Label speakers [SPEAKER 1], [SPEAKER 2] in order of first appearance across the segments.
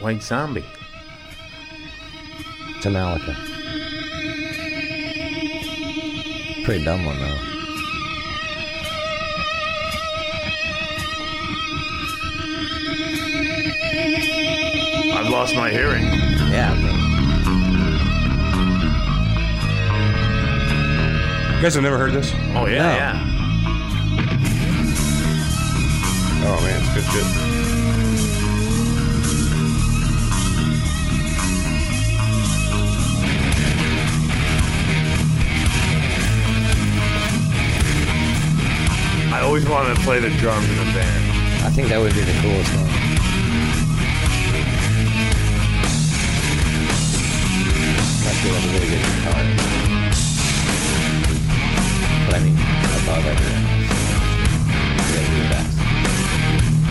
[SPEAKER 1] White Zombie.
[SPEAKER 2] It's Metallica. Pretty dumb one though.
[SPEAKER 1] I've lost my hearing.
[SPEAKER 2] Yeah. I mean,
[SPEAKER 3] You guys have never heard this?
[SPEAKER 1] Oh, yeah,
[SPEAKER 2] No.
[SPEAKER 1] yeah.
[SPEAKER 3] Oh man, it's good shit.
[SPEAKER 1] I always wanted to play the drums in a band.
[SPEAKER 2] I think that would be the coolest one. That's a really good guitar. But I mean, above everything. else. Yeah, you're the best.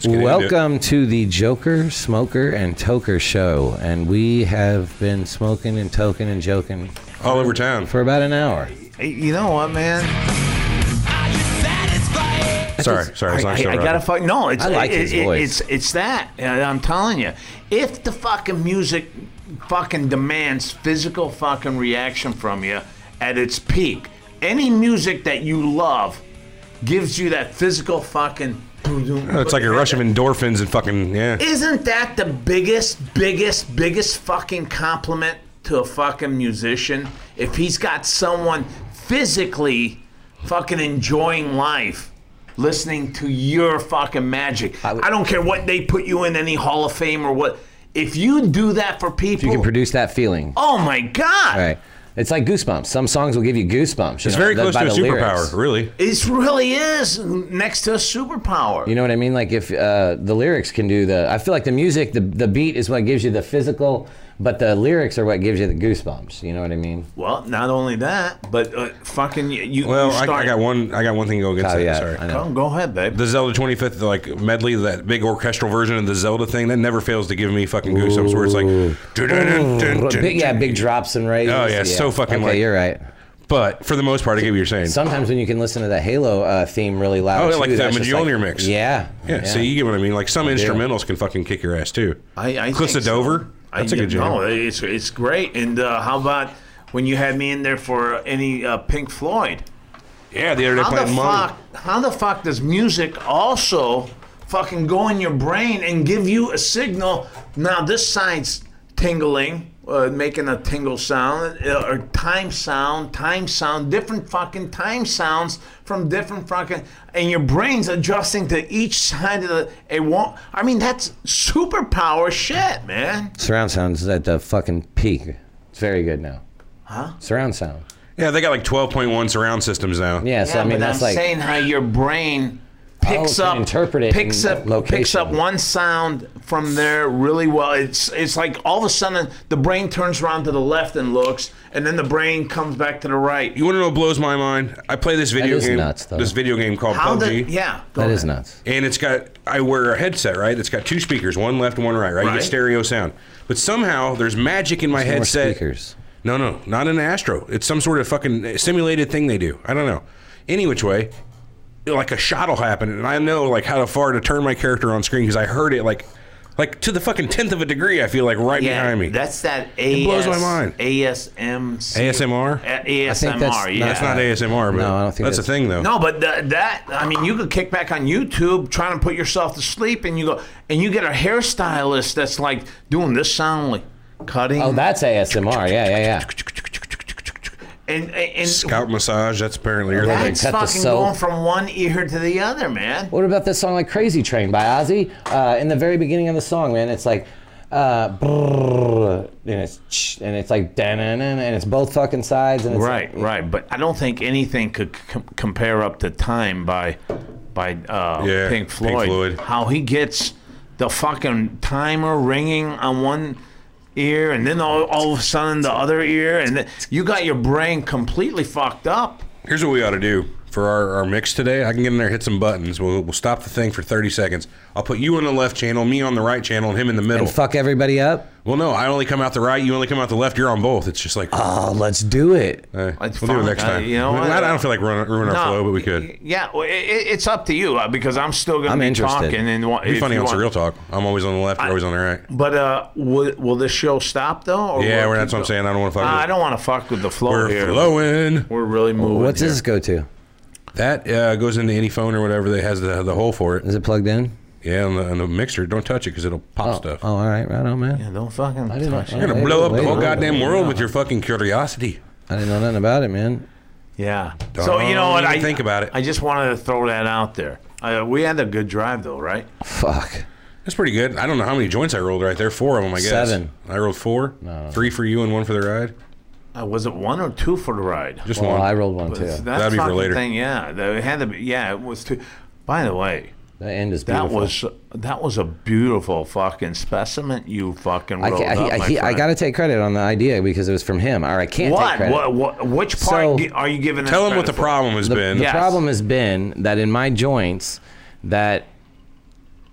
[SPEAKER 3] get into it.
[SPEAKER 2] Welcome to the Joker, Smoker, and Toker show, and we have been smoking and toking and joking
[SPEAKER 3] All over town.
[SPEAKER 2] for about an hour.
[SPEAKER 1] Hey, you know what, man?
[SPEAKER 3] Sorry, sorry, it's
[SPEAKER 1] I,
[SPEAKER 3] not
[SPEAKER 1] I
[SPEAKER 3] Stone
[SPEAKER 1] gotta
[SPEAKER 3] Roses.
[SPEAKER 1] fucking no. It's,
[SPEAKER 2] I like
[SPEAKER 1] it-
[SPEAKER 2] his
[SPEAKER 1] it-
[SPEAKER 2] voice.
[SPEAKER 1] It's it's that. and I'm telling you, if the fucking music fucking demands physical fucking reaction from you at its peak, any music that you love gives you that physical fucking.
[SPEAKER 3] Oh, It's like a rush of endorphins and fucking yeah.
[SPEAKER 1] Isn't that the biggest, biggest, biggest fucking compliment to a fucking musician? If he's got someone physically fucking enjoying life, listening to your fucking magic. I
[SPEAKER 2] I would-
[SPEAKER 1] don't care what they put you in any Hall of Fame or what. If you do that for people,
[SPEAKER 2] You can produce that feeling.
[SPEAKER 1] oh my god,
[SPEAKER 2] All right. It's like goosebumps. Some songs will give you goosebumps.
[SPEAKER 3] It's very close to a superpower, really.
[SPEAKER 1] it really is next to a superpower.
[SPEAKER 2] You know what I mean? Like if uh, the lyrics can do the, I feel like the music, the the beat is what gives you the physical, but the lyrics are what gives you the goosebumps. You know what I mean?
[SPEAKER 1] well, not only that, but uh, fucking you. you
[SPEAKER 3] Well, I,
[SPEAKER 1] start,
[SPEAKER 3] I got one. I got one thing to go against.
[SPEAKER 2] Oh,
[SPEAKER 3] that,
[SPEAKER 2] yeah,
[SPEAKER 3] sorry.
[SPEAKER 2] I know.
[SPEAKER 1] Go, go ahead, babe.
[SPEAKER 3] The Zelda 25th like medley, that big orchestral version of the Zelda thing, that never fails to give me fucking goosebumps. Where it's like, dun-dun-dun, dun-dun-dun.
[SPEAKER 2] Big, yeah, big drops and raises.
[SPEAKER 3] Oh, yeah, so fucking
[SPEAKER 2] Okay,
[SPEAKER 3] like-
[SPEAKER 2] you're right.
[SPEAKER 3] But for the most part, I get what you're saying.
[SPEAKER 2] Sometimes when you can listen to the Halo uh, theme really loud.
[SPEAKER 3] Oh, yeah, like
[SPEAKER 2] too,
[SPEAKER 3] the
[SPEAKER 2] that's just
[SPEAKER 3] Mjolnir mix.
[SPEAKER 2] Yeah.
[SPEAKER 3] yeah, so you get what I mean. Like some instrumentals can fucking kick your ass too.
[SPEAKER 1] I, I
[SPEAKER 3] Cliffs
[SPEAKER 1] think
[SPEAKER 3] of Dover.
[SPEAKER 1] I-
[SPEAKER 3] That's a good jam.
[SPEAKER 1] No, it's it's great. And uh, how about when you had me in there for any uh, Pink Floyd?
[SPEAKER 3] yeah, the other day
[SPEAKER 1] How the
[SPEAKER 3] playing Money.
[SPEAKER 1] fuck? How the fuck does music also fucking go in your brain and give you a signal? Now this side's tingling, uh, making a tingle sound, uh, or time sound, time sound, different fucking time sounds from different fucking, and your brain's adjusting to each side of the. It won't. I mean, that's superpower shit, man.
[SPEAKER 2] Surround sound's at the fucking peak. It's very good now. Huh? Surround sound.
[SPEAKER 3] Yeah, they got like 12.1 surround systems now.
[SPEAKER 2] Yeah, so I mean
[SPEAKER 1] but
[SPEAKER 2] that's
[SPEAKER 1] I'm
[SPEAKER 2] like
[SPEAKER 1] saying how your brain picks
[SPEAKER 2] can
[SPEAKER 1] up,
[SPEAKER 2] interpret it
[SPEAKER 1] picks
[SPEAKER 2] in
[SPEAKER 1] up, picks
[SPEAKER 2] location.
[SPEAKER 1] up one sound from there really well. It's it's like all of a sudden the brain turns around to the left and looks, and then the brain comes back to the right.
[SPEAKER 3] You want to know what blows my mind? I play this video
[SPEAKER 2] is
[SPEAKER 3] game.
[SPEAKER 2] nuts, though.
[SPEAKER 3] This video game called
[SPEAKER 1] How
[SPEAKER 3] PUBG.
[SPEAKER 1] the yeah? Go
[SPEAKER 2] that
[SPEAKER 1] ahead.
[SPEAKER 2] is nuts.
[SPEAKER 3] and it's got I wear a headset, right? It's got two speakers, one left, one right, right? You
[SPEAKER 1] Right.
[SPEAKER 3] get stereo sound. But somehow there's magic in my
[SPEAKER 2] More
[SPEAKER 3] headset.
[SPEAKER 2] speakers.
[SPEAKER 3] No, no, not an Astro. It's some sort of fucking simulated thing they do. I don't know. Any which way, like a shot will happen, and I know like how far to turn my character on screen because I heard it like, like to the fucking tenth of a degree. I feel like right
[SPEAKER 1] Yeah,
[SPEAKER 3] behind me.
[SPEAKER 1] that's that AS,
[SPEAKER 3] blows my mind.
[SPEAKER 1] ASMC.
[SPEAKER 3] ASMR.
[SPEAKER 1] A- ASMR.
[SPEAKER 2] that's-
[SPEAKER 1] yeah.
[SPEAKER 3] That's not ASMR, but
[SPEAKER 2] No, I don't think
[SPEAKER 3] that's, a
[SPEAKER 2] that's-
[SPEAKER 3] thing though.
[SPEAKER 1] No, but th- that I mean, you could kick back on YouTube trying to put yourself to sleep, and you go and you get a hairstylist that's like doing this sound, like cutting.
[SPEAKER 2] Oh, that's ASMR. Yeah, yeah, yeah.
[SPEAKER 1] and and, and
[SPEAKER 3] Scalp massage. That's apparently your thing.
[SPEAKER 1] that's
[SPEAKER 2] cut the
[SPEAKER 1] fucking
[SPEAKER 2] soap.
[SPEAKER 1] going from one ear to the other, man.
[SPEAKER 2] What about this song like Crazy Train by Ozzy? Uh, in the very beginning of the song, man, it's like uh, brrrr, and it's ch- and it's like da na na and it's both fucking sides and it's
[SPEAKER 1] Right, right. But I don't think anything could com- compare up to time by by uh,
[SPEAKER 3] Yeah,
[SPEAKER 1] Pink
[SPEAKER 3] Pink
[SPEAKER 1] Floyd.
[SPEAKER 3] Floyd.
[SPEAKER 1] How he gets the fucking timer ringing on one ear, and then all, all of a sudden the other ear, and th- you got your brain completely fucked up.
[SPEAKER 3] Here's what we ought to do. for our, our mix today. I can get in there, hit some buttons. We'll, we'll stop the thing for 30 seconds. I'll put you on the left channel, me on the right channel, and him in the middle.
[SPEAKER 2] And fuck everybody up.
[SPEAKER 3] well, no, I only come out the right. You only come out the left. You're on both. It's just like
[SPEAKER 2] Oh, let's do it.
[SPEAKER 3] eh, we'll
[SPEAKER 1] It's
[SPEAKER 3] do it
[SPEAKER 1] fine.
[SPEAKER 3] next
[SPEAKER 1] Uh,
[SPEAKER 3] time.
[SPEAKER 1] you know
[SPEAKER 3] I,
[SPEAKER 1] what?
[SPEAKER 3] I don't feel like ruin, ruin our flow, but we could.
[SPEAKER 1] Yeah, well, it, it- it's up to you uh, because I'm still going to
[SPEAKER 2] I'm
[SPEAKER 1] be
[SPEAKER 2] interested.
[SPEAKER 1] talking. And wa-
[SPEAKER 3] It'd be
[SPEAKER 1] if
[SPEAKER 3] funny
[SPEAKER 1] you want-
[SPEAKER 3] on Surreal Talk. I'm always on the left. You're always on the right.
[SPEAKER 1] But uh, will, will this show stop though? Or
[SPEAKER 3] Yeah,
[SPEAKER 1] will
[SPEAKER 3] well,
[SPEAKER 1] it
[SPEAKER 3] that's
[SPEAKER 1] keep
[SPEAKER 3] what I'm
[SPEAKER 1] go-
[SPEAKER 3] saying. I don't want to fuck.
[SPEAKER 1] Uh,
[SPEAKER 3] with
[SPEAKER 1] I don't want to fuck with the flow
[SPEAKER 3] We're
[SPEAKER 1] Oh,
[SPEAKER 3] Oh,
[SPEAKER 1] here.
[SPEAKER 3] flowing.
[SPEAKER 1] We're really moving.
[SPEAKER 2] What's
[SPEAKER 1] here.
[SPEAKER 2] this go to?
[SPEAKER 3] That uh, goes into any phone or whatever that has the, the hole for it.
[SPEAKER 2] Is it plugged in?
[SPEAKER 3] Yeah, on the, on the mixer. Don't touch it because it'll pop stuff.
[SPEAKER 2] Oh, all right, right on, man.
[SPEAKER 1] Yeah, don't fucking.
[SPEAKER 2] I didn't know-
[SPEAKER 1] touch
[SPEAKER 2] I
[SPEAKER 1] it.
[SPEAKER 3] You're gonna
[SPEAKER 2] Wait,
[SPEAKER 3] blow up
[SPEAKER 2] wait,
[SPEAKER 3] the whole
[SPEAKER 2] wait,
[SPEAKER 3] goddamn
[SPEAKER 2] wait.
[SPEAKER 3] world with your fucking curiosity.
[SPEAKER 2] I didn't know nothing about it, man.
[SPEAKER 1] Yeah. so you know what?
[SPEAKER 3] even
[SPEAKER 1] I
[SPEAKER 3] think about it.
[SPEAKER 1] I just wanted to throw that out there. Uh, we had a good drive though, right?
[SPEAKER 2] Fuck.
[SPEAKER 3] That's pretty good. I don't know how many joints I rolled right there. Four of them, I guess.
[SPEAKER 2] Seven.
[SPEAKER 3] I rolled four.
[SPEAKER 2] No.
[SPEAKER 3] Three for you and one for the ride.
[SPEAKER 1] Uh, was it one or two for the ride?
[SPEAKER 3] Just
[SPEAKER 2] Well,
[SPEAKER 3] one.
[SPEAKER 2] I rolled one
[SPEAKER 1] Was-
[SPEAKER 2] too. That
[SPEAKER 1] that's
[SPEAKER 3] That'd be for
[SPEAKER 1] fucking
[SPEAKER 3] later.
[SPEAKER 1] Thing, yeah, that had to be. Yeah, it was two. By the way,
[SPEAKER 2] end is
[SPEAKER 1] that
[SPEAKER 2] beautiful.
[SPEAKER 1] was that was a beautiful fucking specimen you fucking
[SPEAKER 2] I,
[SPEAKER 1] rolled
[SPEAKER 2] ca-
[SPEAKER 1] up,
[SPEAKER 2] I,
[SPEAKER 1] my
[SPEAKER 2] he- I
[SPEAKER 1] friend.
[SPEAKER 2] gotta take credit on the idea because it was from him. Or I can't take
[SPEAKER 1] What?
[SPEAKER 2] credit.
[SPEAKER 1] what? What? Which part
[SPEAKER 2] So-
[SPEAKER 1] gi- are you giving? us
[SPEAKER 3] Tell them what the
[SPEAKER 1] credit for?
[SPEAKER 3] problem has been.
[SPEAKER 2] The
[SPEAKER 1] Yeah. Yes.
[SPEAKER 2] problem has been that in my joints, that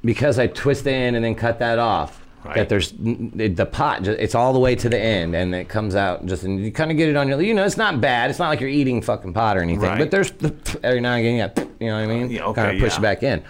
[SPEAKER 2] because I twist in and then cut that off,
[SPEAKER 1] Right.
[SPEAKER 2] that there's n- it- the pot. ju- It's all the way to the end, and it comes out just and you kind of get it on your. You know, it's not bad. It's not like you're eating fucking pot or anything.
[SPEAKER 1] Right.
[SPEAKER 2] But there's every now and again, yeah, you know what I mean?
[SPEAKER 1] Yeah, okay,
[SPEAKER 2] kind of push
[SPEAKER 1] yeah.
[SPEAKER 2] it back in.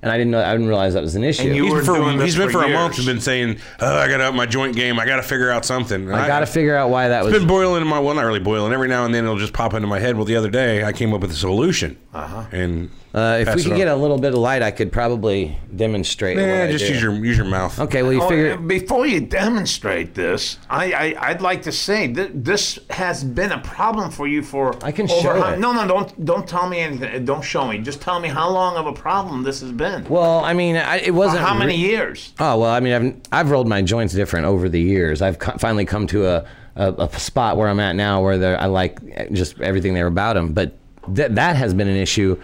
[SPEAKER 2] And I didn't know. I didn't realize that was an issue.
[SPEAKER 1] you
[SPEAKER 3] He's
[SPEAKER 1] were
[SPEAKER 3] been, for,
[SPEAKER 1] doing this
[SPEAKER 3] he's been
[SPEAKER 1] for
[SPEAKER 3] for, a month.
[SPEAKER 1] years.
[SPEAKER 3] He's been saying, oh, "I got to up my joint game. I got to figure out something." And
[SPEAKER 2] I gotta figure out why that was.
[SPEAKER 3] It's been boiling in my well, not really boiling. Every now and then it'll just pop into my head. Well, the other day I came up with a solution. Uh-huh. And
[SPEAKER 2] Uh, if
[SPEAKER 3] pass
[SPEAKER 2] we
[SPEAKER 3] it
[SPEAKER 2] could
[SPEAKER 3] on.
[SPEAKER 2] get a little bit of light, I could probably demonstrate. what
[SPEAKER 3] Nah,
[SPEAKER 2] I
[SPEAKER 3] eh, just
[SPEAKER 2] do.
[SPEAKER 3] use your use your mouth.
[SPEAKER 2] Okay, well you
[SPEAKER 1] Oh,
[SPEAKER 2] figure.
[SPEAKER 1] uh, before you demonstrate this, I, I I'd like to say that this has been a problem for you for.
[SPEAKER 2] I can show
[SPEAKER 1] how-
[SPEAKER 2] it.
[SPEAKER 1] No, no, don't don't tell me anything. Don't show me. Just tell me how long of a problem this has been.
[SPEAKER 2] Well, I mean, I, it wasn't.
[SPEAKER 1] how
[SPEAKER 2] re-
[SPEAKER 1] many years?
[SPEAKER 2] Oh well, I mean, I've I've rolled my joints different over the years. I've co- finally come to a, a a spot where I'm at now, where they're, I like eh, just everything there about them. But that that has been an issue.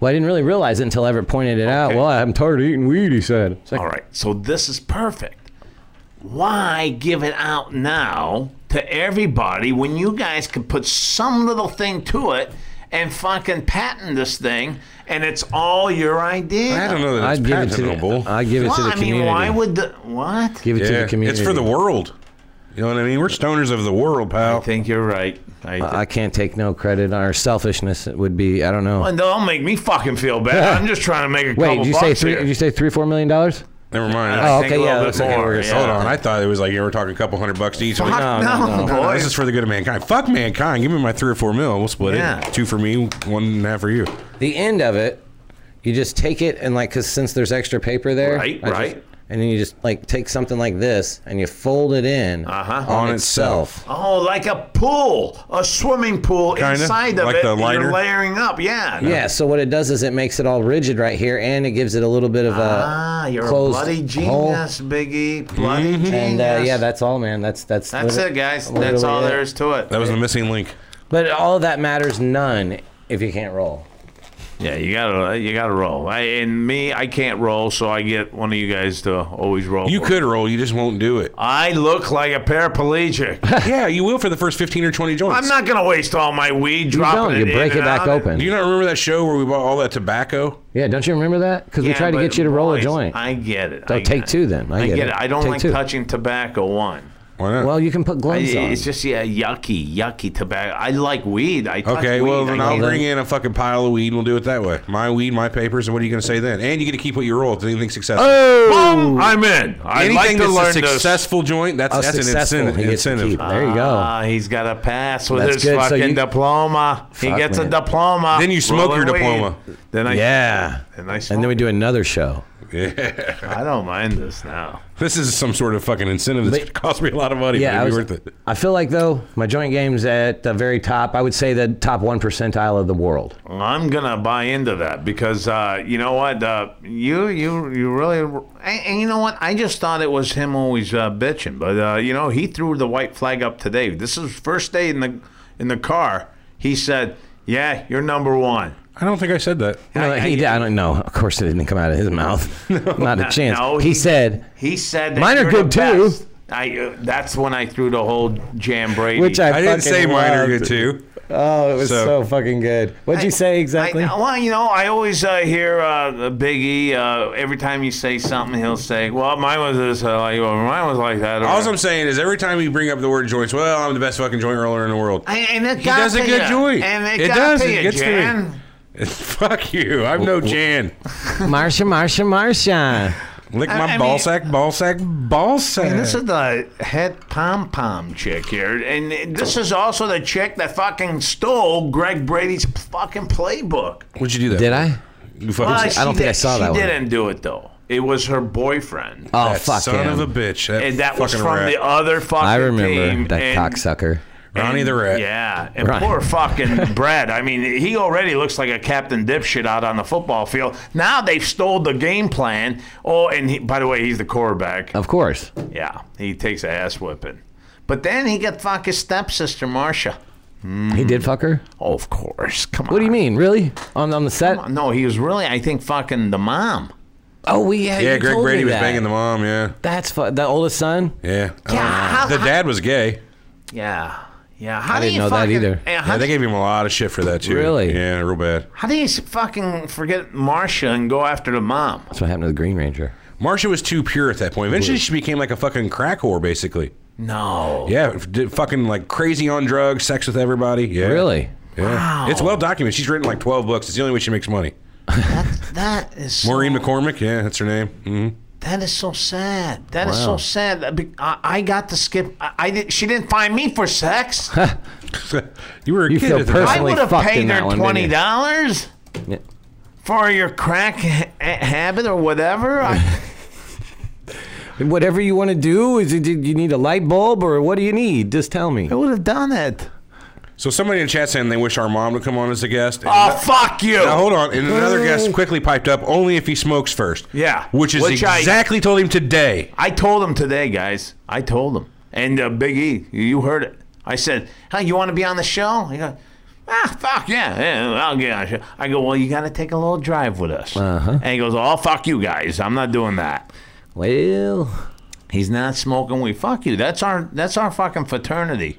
[SPEAKER 2] Well, I didn't really realize it until Everett pointed it out.
[SPEAKER 1] Okay.
[SPEAKER 2] Well, I'm tired of eating weed. He said. It's like,
[SPEAKER 1] All right, so this is perfect. Why give it out now to everybody when you guys could put some little thing to it and fucking patent this thing and it's all your idea?
[SPEAKER 3] I don't know that it's
[SPEAKER 2] I'd give it to
[SPEAKER 3] patentable.
[SPEAKER 2] the, I'd give it
[SPEAKER 1] Well,
[SPEAKER 2] to the
[SPEAKER 1] I
[SPEAKER 2] community.
[SPEAKER 1] mean, why would the what?
[SPEAKER 2] give it to
[SPEAKER 3] yeah,
[SPEAKER 2] the community?
[SPEAKER 3] it's for the world. You know what I mean? We're stoners of the world,
[SPEAKER 1] I
[SPEAKER 3] pal.
[SPEAKER 1] think you're right. I,
[SPEAKER 2] I can't take no credit. Our selfishness would be. I don't know.
[SPEAKER 1] and don't make me fucking feel bad. I'm just trying to make a
[SPEAKER 2] Wait,
[SPEAKER 1] couple
[SPEAKER 2] did you
[SPEAKER 1] bucks
[SPEAKER 2] say three?
[SPEAKER 1] here.
[SPEAKER 2] Did you say three, four million dollars?
[SPEAKER 3] Never mind.
[SPEAKER 1] I
[SPEAKER 2] Oh,
[SPEAKER 1] think
[SPEAKER 2] okay,
[SPEAKER 1] a
[SPEAKER 2] yeah,
[SPEAKER 1] little
[SPEAKER 2] looks
[SPEAKER 1] bit
[SPEAKER 2] like
[SPEAKER 1] more.
[SPEAKER 2] we're
[SPEAKER 1] yeah.
[SPEAKER 2] gonna-
[SPEAKER 3] Hold on. I thought it was like you were talking a couple hundred bucks each.
[SPEAKER 1] Fuck
[SPEAKER 3] No,
[SPEAKER 1] no,
[SPEAKER 2] no, no.
[SPEAKER 1] boy.
[SPEAKER 3] this is for the good of mankind. Fuck mankind. Give me my three or four mil. We'll split
[SPEAKER 1] Yeah.
[SPEAKER 3] it. Two for me, one and a half for you.
[SPEAKER 2] the end of it, you just take it and like, cause since there's extra paper there,
[SPEAKER 1] Right,
[SPEAKER 2] I just-
[SPEAKER 1] right.
[SPEAKER 2] and then you just like take something like this and you fold it in
[SPEAKER 1] Uh-huh.
[SPEAKER 2] on,
[SPEAKER 3] On
[SPEAKER 2] itself.
[SPEAKER 1] Oh, like a pool, a swimming pool
[SPEAKER 3] Kinda,
[SPEAKER 1] inside of
[SPEAKER 3] like
[SPEAKER 1] it.
[SPEAKER 3] the
[SPEAKER 1] and
[SPEAKER 3] liner.
[SPEAKER 1] You're layering up, yeah.
[SPEAKER 2] Yeah. So what it does is it makes it all rigid right here, and it gives it a little bit of a
[SPEAKER 1] Ah, you're a
[SPEAKER 2] Uh, closed
[SPEAKER 1] bloody
[SPEAKER 2] hole.
[SPEAKER 1] genius, Biggie. Bloody genius.
[SPEAKER 2] And uh, yeah, that's all, man. That's that's
[SPEAKER 1] That's
[SPEAKER 2] literally-
[SPEAKER 1] it, guys.
[SPEAKER 2] literally
[SPEAKER 1] That's all
[SPEAKER 2] it.
[SPEAKER 1] there is to it.
[SPEAKER 3] That was the missing link.
[SPEAKER 2] But all of that matters none if you can't roll.
[SPEAKER 1] Yeah, you gotta you gotta roll. I, and me, I can't roll, so I get one of you guys to always
[SPEAKER 2] Oh,
[SPEAKER 1] roll.
[SPEAKER 3] You
[SPEAKER 1] for me.
[SPEAKER 3] could roll. You just won't do it.
[SPEAKER 1] I look like a paraplegic.
[SPEAKER 3] yeah, you will for the first 15 or 20 joints.
[SPEAKER 1] I'm not gonna waste all my weed dropping
[SPEAKER 2] don't. You
[SPEAKER 1] it
[SPEAKER 2] break
[SPEAKER 1] in
[SPEAKER 2] it
[SPEAKER 1] and
[SPEAKER 2] back
[SPEAKER 1] out.
[SPEAKER 2] open.
[SPEAKER 3] Do you not remember that show where we bought all that tobacco?
[SPEAKER 2] Yeah. Don't you remember that? Because we
[SPEAKER 1] Yeah,
[SPEAKER 2] tried to
[SPEAKER 1] but
[SPEAKER 2] get you to roll a
[SPEAKER 1] boys,
[SPEAKER 2] joint.
[SPEAKER 1] I get it.
[SPEAKER 2] So
[SPEAKER 1] I
[SPEAKER 2] take
[SPEAKER 1] get it.
[SPEAKER 2] two then. I
[SPEAKER 1] I
[SPEAKER 2] get
[SPEAKER 1] get,
[SPEAKER 2] it.
[SPEAKER 1] it. I don't
[SPEAKER 2] Take
[SPEAKER 1] like
[SPEAKER 2] two.
[SPEAKER 1] touching tobacco. One.
[SPEAKER 3] Why not?
[SPEAKER 2] well, you can put
[SPEAKER 1] I-
[SPEAKER 2] gloves on.
[SPEAKER 1] It's just yeah, yucky, yucky tobacco. I like weed. I touch
[SPEAKER 3] okay,
[SPEAKER 1] weed.
[SPEAKER 3] well, then
[SPEAKER 1] I
[SPEAKER 3] I'll
[SPEAKER 1] can't-
[SPEAKER 3] bring in a fucking pile of weed and we'll do it that way. My weed, my papers, and what are you going to say then? And you get to keep what you roll if anything successful.
[SPEAKER 2] Oh,
[SPEAKER 1] Boom, I'm in. I
[SPEAKER 3] Anything
[SPEAKER 1] like to
[SPEAKER 3] that's a
[SPEAKER 1] learn this.
[SPEAKER 3] successful joint, that's,
[SPEAKER 2] Oh,
[SPEAKER 3] that's an
[SPEAKER 2] successful,
[SPEAKER 3] incentive.
[SPEAKER 2] he gets to
[SPEAKER 3] incentive.
[SPEAKER 2] keep. There you go.
[SPEAKER 1] Ah, he's got a pass with
[SPEAKER 2] That's
[SPEAKER 1] his
[SPEAKER 2] good. So
[SPEAKER 1] fucking
[SPEAKER 2] you-
[SPEAKER 1] diploma. he
[SPEAKER 2] Fuck,
[SPEAKER 1] gets
[SPEAKER 2] man.
[SPEAKER 1] a diploma.
[SPEAKER 3] Then you smoke your
[SPEAKER 1] Rolling
[SPEAKER 3] diploma.
[SPEAKER 1] weed. Then I
[SPEAKER 2] yeah.
[SPEAKER 1] Then I smoke.
[SPEAKER 2] And then we do another show.
[SPEAKER 3] Yeah.
[SPEAKER 1] I don't mind this now.
[SPEAKER 3] This is some sort of fucking incentive that's going to cost me a lot of money,
[SPEAKER 2] Yeah,
[SPEAKER 3] but
[SPEAKER 2] I,
[SPEAKER 3] it'd
[SPEAKER 2] was-
[SPEAKER 3] be worth it.
[SPEAKER 2] I feel like though my joint game's at the very top. I would say the top one percentile of the world.
[SPEAKER 1] I'm gonna buy into that because uh, you know what, uh, you you you really, and, and you know what, I just thought it was him always uh, bitching, but uh, you know he threw the white flag up today. This is first day in the in the car. He said, "Yeah, you're number one."
[SPEAKER 3] I don't think I said that.
[SPEAKER 2] No,
[SPEAKER 1] I-
[SPEAKER 2] he, did- I, don't know. Of course, it didn't come out of his mouth. Not a chance.
[SPEAKER 1] no,
[SPEAKER 2] he,
[SPEAKER 1] he-
[SPEAKER 2] said,
[SPEAKER 1] He said, that
[SPEAKER 2] Mine are
[SPEAKER 1] you're
[SPEAKER 2] good,
[SPEAKER 1] the
[SPEAKER 2] too.
[SPEAKER 1] best. I, uh, that's when I threw the whole Jam Brady.
[SPEAKER 2] which I,
[SPEAKER 3] I didn't
[SPEAKER 2] fucking
[SPEAKER 3] say mine are
[SPEAKER 2] loved.
[SPEAKER 3] good too.
[SPEAKER 2] Oh, it was so,
[SPEAKER 3] So-
[SPEAKER 2] fucking good. What'd you say exactly?
[SPEAKER 1] I, uh, well, you know, I always uh, hear uh, Big E. Uh, every time you say something, he'll say, "Well, mine was this. Uh, like, well, mine was like that." Or,
[SPEAKER 3] All I'm saying is every time you bring up the word joints, well, I'm the best fucking joint roller in the world.
[SPEAKER 1] and, and it
[SPEAKER 3] He
[SPEAKER 1] got
[SPEAKER 3] does a
[SPEAKER 1] to
[SPEAKER 3] good
[SPEAKER 1] ya.
[SPEAKER 3] joint.
[SPEAKER 1] And it,
[SPEAKER 3] It
[SPEAKER 1] got
[SPEAKER 3] does.
[SPEAKER 1] To
[SPEAKER 3] It
[SPEAKER 1] ya,
[SPEAKER 3] gets to me.
[SPEAKER 1] Jan.
[SPEAKER 3] Fuck you. I'm no Jan.
[SPEAKER 2] Marsha, Marsha, Marsha.
[SPEAKER 3] Lick
[SPEAKER 1] I-
[SPEAKER 3] my
[SPEAKER 1] I mean-
[SPEAKER 3] ball sack, ball sack, ball sack.
[SPEAKER 1] And this is the head pom pom chick here, and this is also the chick that fucking stole Greg Brady's fucking playbook.
[SPEAKER 3] What'd you do that?
[SPEAKER 2] Did I?
[SPEAKER 3] You fucking
[SPEAKER 1] Well,
[SPEAKER 3] s-
[SPEAKER 1] she
[SPEAKER 2] I don't think I saw
[SPEAKER 1] she
[SPEAKER 2] that one.
[SPEAKER 1] didn't do it though. It was her boyfriend,
[SPEAKER 2] Oh,
[SPEAKER 3] that
[SPEAKER 2] fuck
[SPEAKER 3] son
[SPEAKER 2] him.
[SPEAKER 3] of a bitch. That
[SPEAKER 1] and that was
[SPEAKER 3] fucking
[SPEAKER 1] from
[SPEAKER 3] rat.
[SPEAKER 1] the other fucking
[SPEAKER 2] I remember
[SPEAKER 1] team,
[SPEAKER 2] that
[SPEAKER 1] and-
[SPEAKER 2] cocksucker.
[SPEAKER 3] Ronnie the rat.
[SPEAKER 1] Yeah, and
[SPEAKER 2] Right.
[SPEAKER 1] poor fucking Brad. I mean, he already looks like a captain dipshit out on the football field. Now they've stole the game plan. Oh, and he, by the way, he's the quarterback.
[SPEAKER 2] Of course.
[SPEAKER 1] Yeah, he takes a ass whipping. But then he got fuck his stepsister Marcia.
[SPEAKER 2] He
[SPEAKER 3] Mm-hmm.
[SPEAKER 2] did fuck her?
[SPEAKER 1] Oh, of course. Come on.
[SPEAKER 2] What do you mean? Really? On on the set?
[SPEAKER 1] No, he was really, I think, fucking the mom.
[SPEAKER 2] Oh, we yeah.
[SPEAKER 3] Yeah,
[SPEAKER 2] you
[SPEAKER 3] Greg
[SPEAKER 2] told
[SPEAKER 3] Brady
[SPEAKER 2] me
[SPEAKER 3] was
[SPEAKER 2] that.
[SPEAKER 3] banging the mom. Yeah,
[SPEAKER 2] That's fu- the oldest son.
[SPEAKER 3] yeah. I
[SPEAKER 1] Yeah,
[SPEAKER 3] don't know.
[SPEAKER 1] how-
[SPEAKER 3] the
[SPEAKER 1] how-
[SPEAKER 3] dad was gay.
[SPEAKER 1] Yeah. Yeah. How
[SPEAKER 2] I
[SPEAKER 1] do
[SPEAKER 2] didn't
[SPEAKER 1] you
[SPEAKER 2] know that
[SPEAKER 1] fucking,
[SPEAKER 2] either.
[SPEAKER 1] and
[SPEAKER 3] Yeah,
[SPEAKER 1] How,
[SPEAKER 3] they gave him a lot of shit for that too.
[SPEAKER 2] Really?
[SPEAKER 3] Yeah, real bad.
[SPEAKER 1] how do you s- fucking forget Marcia and go after the mom?
[SPEAKER 2] That's what happened to the Green Ranger.
[SPEAKER 3] Marcia was too pure at that point. Eventually, she became like a fucking crack whore, basically.
[SPEAKER 1] No.
[SPEAKER 3] Yeah, did fucking like crazy on drugs, sex with everybody. Yeah,
[SPEAKER 2] Really?
[SPEAKER 3] Yeah, it's well documented. She's written like twelve books. It's the only way she makes money.
[SPEAKER 1] That, that is so,
[SPEAKER 3] Maureen McCormick. Yeah, that's her name. Mm-hmm.
[SPEAKER 1] That is so sad. That is
[SPEAKER 2] Wow.
[SPEAKER 1] so sad. That be- I, I got to skip. I, I did, She didn't find me for sex.
[SPEAKER 3] Mm. you were a
[SPEAKER 2] You
[SPEAKER 3] kid
[SPEAKER 2] feel
[SPEAKER 3] at the
[SPEAKER 2] personally
[SPEAKER 1] I would have
[SPEAKER 2] fucked in
[SPEAKER 1] paid her
[SPEAKER 2] that one, didn't you?
[SPEAKER 1] twenty dollars
[SPEAKER 2] Yeah.
[SPEAKER 1] for your crack ha- habit or whatever. I,
[SPEAKER 2] Whatever you want to do, is it, do you need a light bulb or what do you need? Just tell me.
[SPEAKER 1] I would have done it.
[SPEAKER 3] So somebody in chat saying they wish our mom would come on as a guest.
[SPEAKER 1] Oh, fuck you.
[SPEAKER 3] Now hold on. And another guest quickly piped up only if he smokes first.
[SPEAKER 1] Yeah.
[SPEAKER 3] Which is
[SPEAKER 1] Which I-
[SPEAKER 3] exactly told him today.
[SPEAKER 1] I told him today, guys. I told him. And uh, Big E, you heard it. I said, "Hey, you want to be on the show?" He goes, "Ah, fuck yeah, yeah I'll get on the show." I go, "Well, you got to take a little drive with us." Uh-huh. And he goes, "Oh, fuck you guys. I'm not doing that."
[SPEAKER 2] Well,
[SPEAKER 1] He's not smoking weed. Fuck you. That's our that's our fucking fraternity.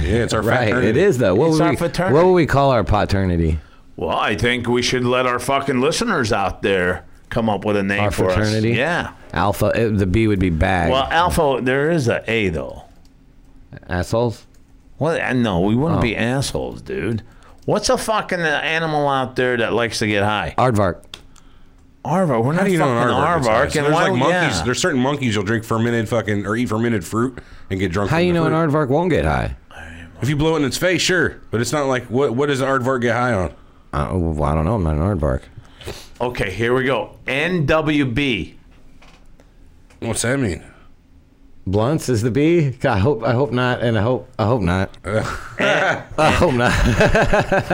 [SPEAKER 3] Yeah, it's our
[SPEAKER 2] right.
[SPEAKER 3] fraternity.
[SPEAKER 2] It is though. What
[SPEAKER 1] It's
[SPEAKER 2] would
[SPEAKER 1] our
[SPEAKER 2] we,
[SPEAKER 1] fraternity.
[SPEAKER 2] What would we call our paternity?
[SPEAKER 1] Well, I think we should let our fucking listeners out there come up with a name
[SPEAKER 2] Our
[SPEAKER 1] for
[SPEAKER 2] fraternity?
[SPEAKER 1] us. Yeah.
[SPEAKER 2] Alpha. eh, the B would be bag.
[SPEAKER 1] Well, Alpha, there is a A though.
[SPEAKER 2] Assholes.
[SPEAKER 1] Well, I- no, we wouldn't
[SPEAKER 2] Oh.
[SPEAKER 1] be assholes, dude. What's a fucking uh, animal out there that likes to get high?
[SPEAKER 2] Aardvark.
[SPEAKER 1] Arvark. We're
[SPEAKER 3] How
[SPEAKER 1] not
[SPEAKER 3] do you know
[SPEAKER 1] fucking
[SPEAKER 3] an aardvark?
[SPEAKER 1] Aardvark,
[SPEAKER 3] is?
[SPEAKER 1] and
[SPEAKER 3] there's
[SPEAKER 1] why,
[SPEAKER 3] like monkeys.
[SPEAKER 1] yeah.
[SPEAKER 3] There's certain monkeys you'll drink fermented fucking or eat fermented fruit and get drunk.
[SPEAKER 2] How
[SPEAKER 3] from
[SPEAKER 2] you
[SPEAKER 3] the
[SPEAKER 2] know an
[SPEAKER 3] fruit.
[SPEAKER 2] aardvark won't get high?
[SPEAKER 3] If you blow it in its face, sure, but it's not like what what does an aardvark get high on?
[SPEAKER 2] I, well, Uh, oh, I don't know. I'm not an aardvark.
[SPEAKER 1] Okay, here we go. NWB.
[SPEAKER 3] What's that mean?
[SPEAKER 2] Blunts is the B. God, I hope. I hope not. And I hope. I hope not. I hope not.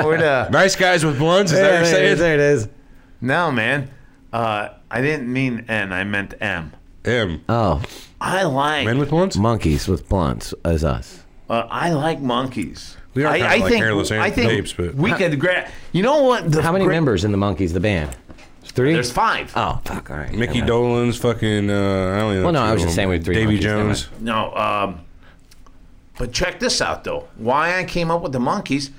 [SPEAKER 1] Or the-
[SPEAKER 3] Nice guys with blunts. Is that what
[SPEAKER 2] there,
[SPEAKER 3] you're
[SPEAKER 2] it is,
[SPEAKER 3] saying?
[SPEAKER 2] there it is.
[SPEAKER 1] no, man. Uh, I didn't mean N. I meant M.
[SPEAKER 3] M.
[SPEAKER 2] Oh,
[SPEAKER 1] I like
[SPEAKER 3] Men with blunts.
[SPEAKER 2] monkeys with blunts is us.
[SPEAKER 1] uh, I like monkeys.
[SPEAKER 3] We are
[SPEAKER 1] I,
[SPEAKER 3] kinda
[SPEAKER 1] I
[SPEAKER 3] like
[SPEAKER 1] think
[SPEAKER 3] hairless
[SPEAKER 1] I think
[SPEAKER 3] apes, but-
[SPEAKER 1] we could grab. You know what? The
[SPEAKER 2] How many
[SPEAKER 1] gra-
[SPEAKER 2] members in the monkeys? The band. Three.
[SPEAKER 1] There's five.
[SPEAKER 2] oh, fuck. All right.
[SPEAKER 3] Mickey
[SPEAKER 2] Never mind.
[SPEAKER 3] Dolan's fucking. Uh, I don't even know
[SPEAKER 2] Well, no,
[SPEAKER 3] two
[SPEAKER 2] I was
[SPEAKER 3] of
[SPEAKER 2] just
[SPEAKER 3] them.
[SPEAKER 2] saying we had three
[SPEAKER 3] Davy
[SPEAKER 2] monkeys, never
[SPEAKER 3] Jones.
[SPEAKER 1] No, um, but check this out though. Why I came up with the monkeys?